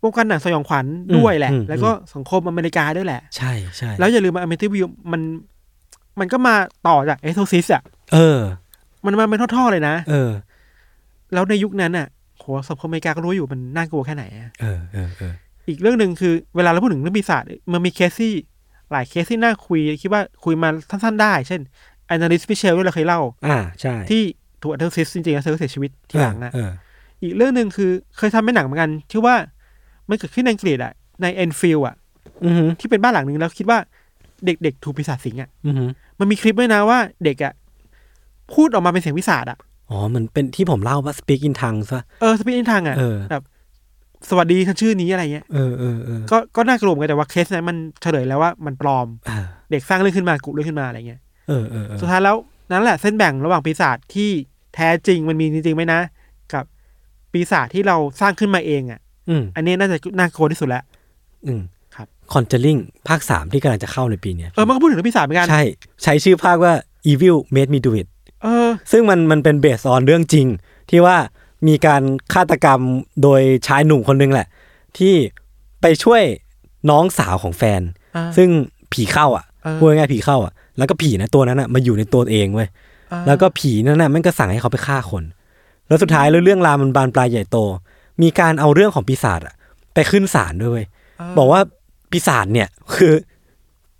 S3: วงการหนังสยองขวัญด้วยแหละ
S2: อืม
S3: แล้วก็สังคมอเมริกาด้วยแหละ
S2: ใช่ใช่
S3: แล้วอย่าลืมว่าอเมทิวิวมัน มันก็มาต่อจากเอโซซิสอ่ะ
S2: เออ
S3: มันมาเป็นท่อๆเลยนะ
S2: เออ
S3: แล้วในยุคนั้นอ่ะโหสังคมอเมริกาก็รู้อยู่มันน่ากลัวแค่ไหนอะ
S2: เออเออเออ
S3: อีกเรื่องหนึ่งคือเวลาเราพูดถึงเรื่องปีศาจมันมีเคสที่หลายเคสที่น่าคุย คิดว่าคุยมาสั้นๆได้ เช่นแอนนาลิสพิเชลที่เราเคยเล่า
S2: อ่าใช่
S3: ที่ถูกอัลเทอร์ซิสจริงๆแล้วเธอก็เสียชีวิตทีหลังนะ
S2: เออ
S3: อีกเรื่องหนึ่งคือเคยทำเป็นหนังเหมือนกันที่ว่ามันเกิดขึ้นในอังกฤษอะในแอนฟิลด์อะ
S2: อือหือ
S3: ที่เป็นบ้านหลังหนึ่งแล้วคิดว่าเด็กๆถูกปีศาจสิงอะ
S2: อือหือ
S3: มันมีคลิปด้วยนะว่าเด็กอะพูดออกมาเป็นเสียงปีศาจอะ
S2: อ๋อมันเป็นที่ผมเล่าว่า speak in tongues ป่ะ
S3: เออสปีดอินทางอะ
S2: เออ
S3: แบบสวัสดีฉันชื่อนี้อะไรเงี้ย
S2: เออเออเออ
S3: ก็ก็น่ากลัวเหมือนกันแต่ว่าเคสนั้นมันเฉลยแล้วว่ามันปลอม
S2: อ่า
S3: เด็กสร้างเรื่องขึ้นมากุเรื่องขึ้นมาอะไรเงี้ย
S2: เออเออเออ
S3: สุดท้ายแล้วนั่นแหละเส้นแบ่งระหว่างปีศาจที่แท้จริงมันมีจริงๆไหมนะ กับปีศาจที่เราสร้างขึ้นมาเองอะ
S2: อืม
S3: อันนี้น่าจะน่ากลัวที่สุดแล้ว
S2: อืม
S3: ครับ
S2: คอนเจลิงภาคสามที่กำลังจะเข้าในปีเนี้ย
S3: เออมันก็พูดถึงเรื่องปีศาจเหมือนกัน
S2: ใช่ ใช้ชื่อภาคว่า Evil Made Me Do It
S3: เออ
S2: ซึ่งมันมันเป็นเบสออนเรื่องจริง ที่ว่ามีการฆาตกรรมโดยชายหนุ่มคนนึงแหละ ที่ไปช่วยน้องสาวของแฟน
S3: อ่า
S2: ซึ่งผีเข้าอ่ะ
S3: เออ
S2: พูดง่ายๆผีเข้าอ่ะ แล้วก็ผีนะตัวนั้นอ่ะมาอยู่ในตัวเองเว้ย แล้วก็ผีนั่นน่ะมันก็สั่งให้เขาไปฆ่าคน แล้วสุดท้ายแล้วเรื่องราวมันบานปลายใหญ่โต มีการเอาเรื่องของปีศาจอะไปขึ้นศาลด้วยเว้ยบอกว่าปีศาจเนี่ยคือ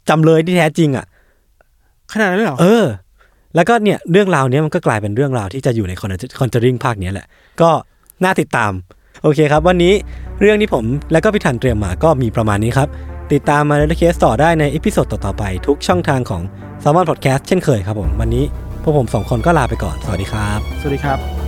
S2: จำเลยที่แท้จริงอะ
S3: ขนาดนั้นเลยเหรอ
S2: เออ แล้วก็เนี่ยเรื่องราวเนี้ยมันก็กลายเป็นเรื่องราวที่จะอยู่ในคอนเจอริงภาคเนี้ยแหละ ก็น่าติดตาม โอเคครับ วันนี้เรื่องที่ผมและก็พี่ทันเตรียมมาก็มีประมาณนี้ครับ ติดตามมาเลเคสต่อได้ในอีพิโซดต่อๆไปทุกช่องทางของ s ซ m o n Podcast เช่นเคยครับผมวันนี้พวกผมสองคนก็ลาไปก่อนสวัสดีครับ
S3: สวัสดีครับ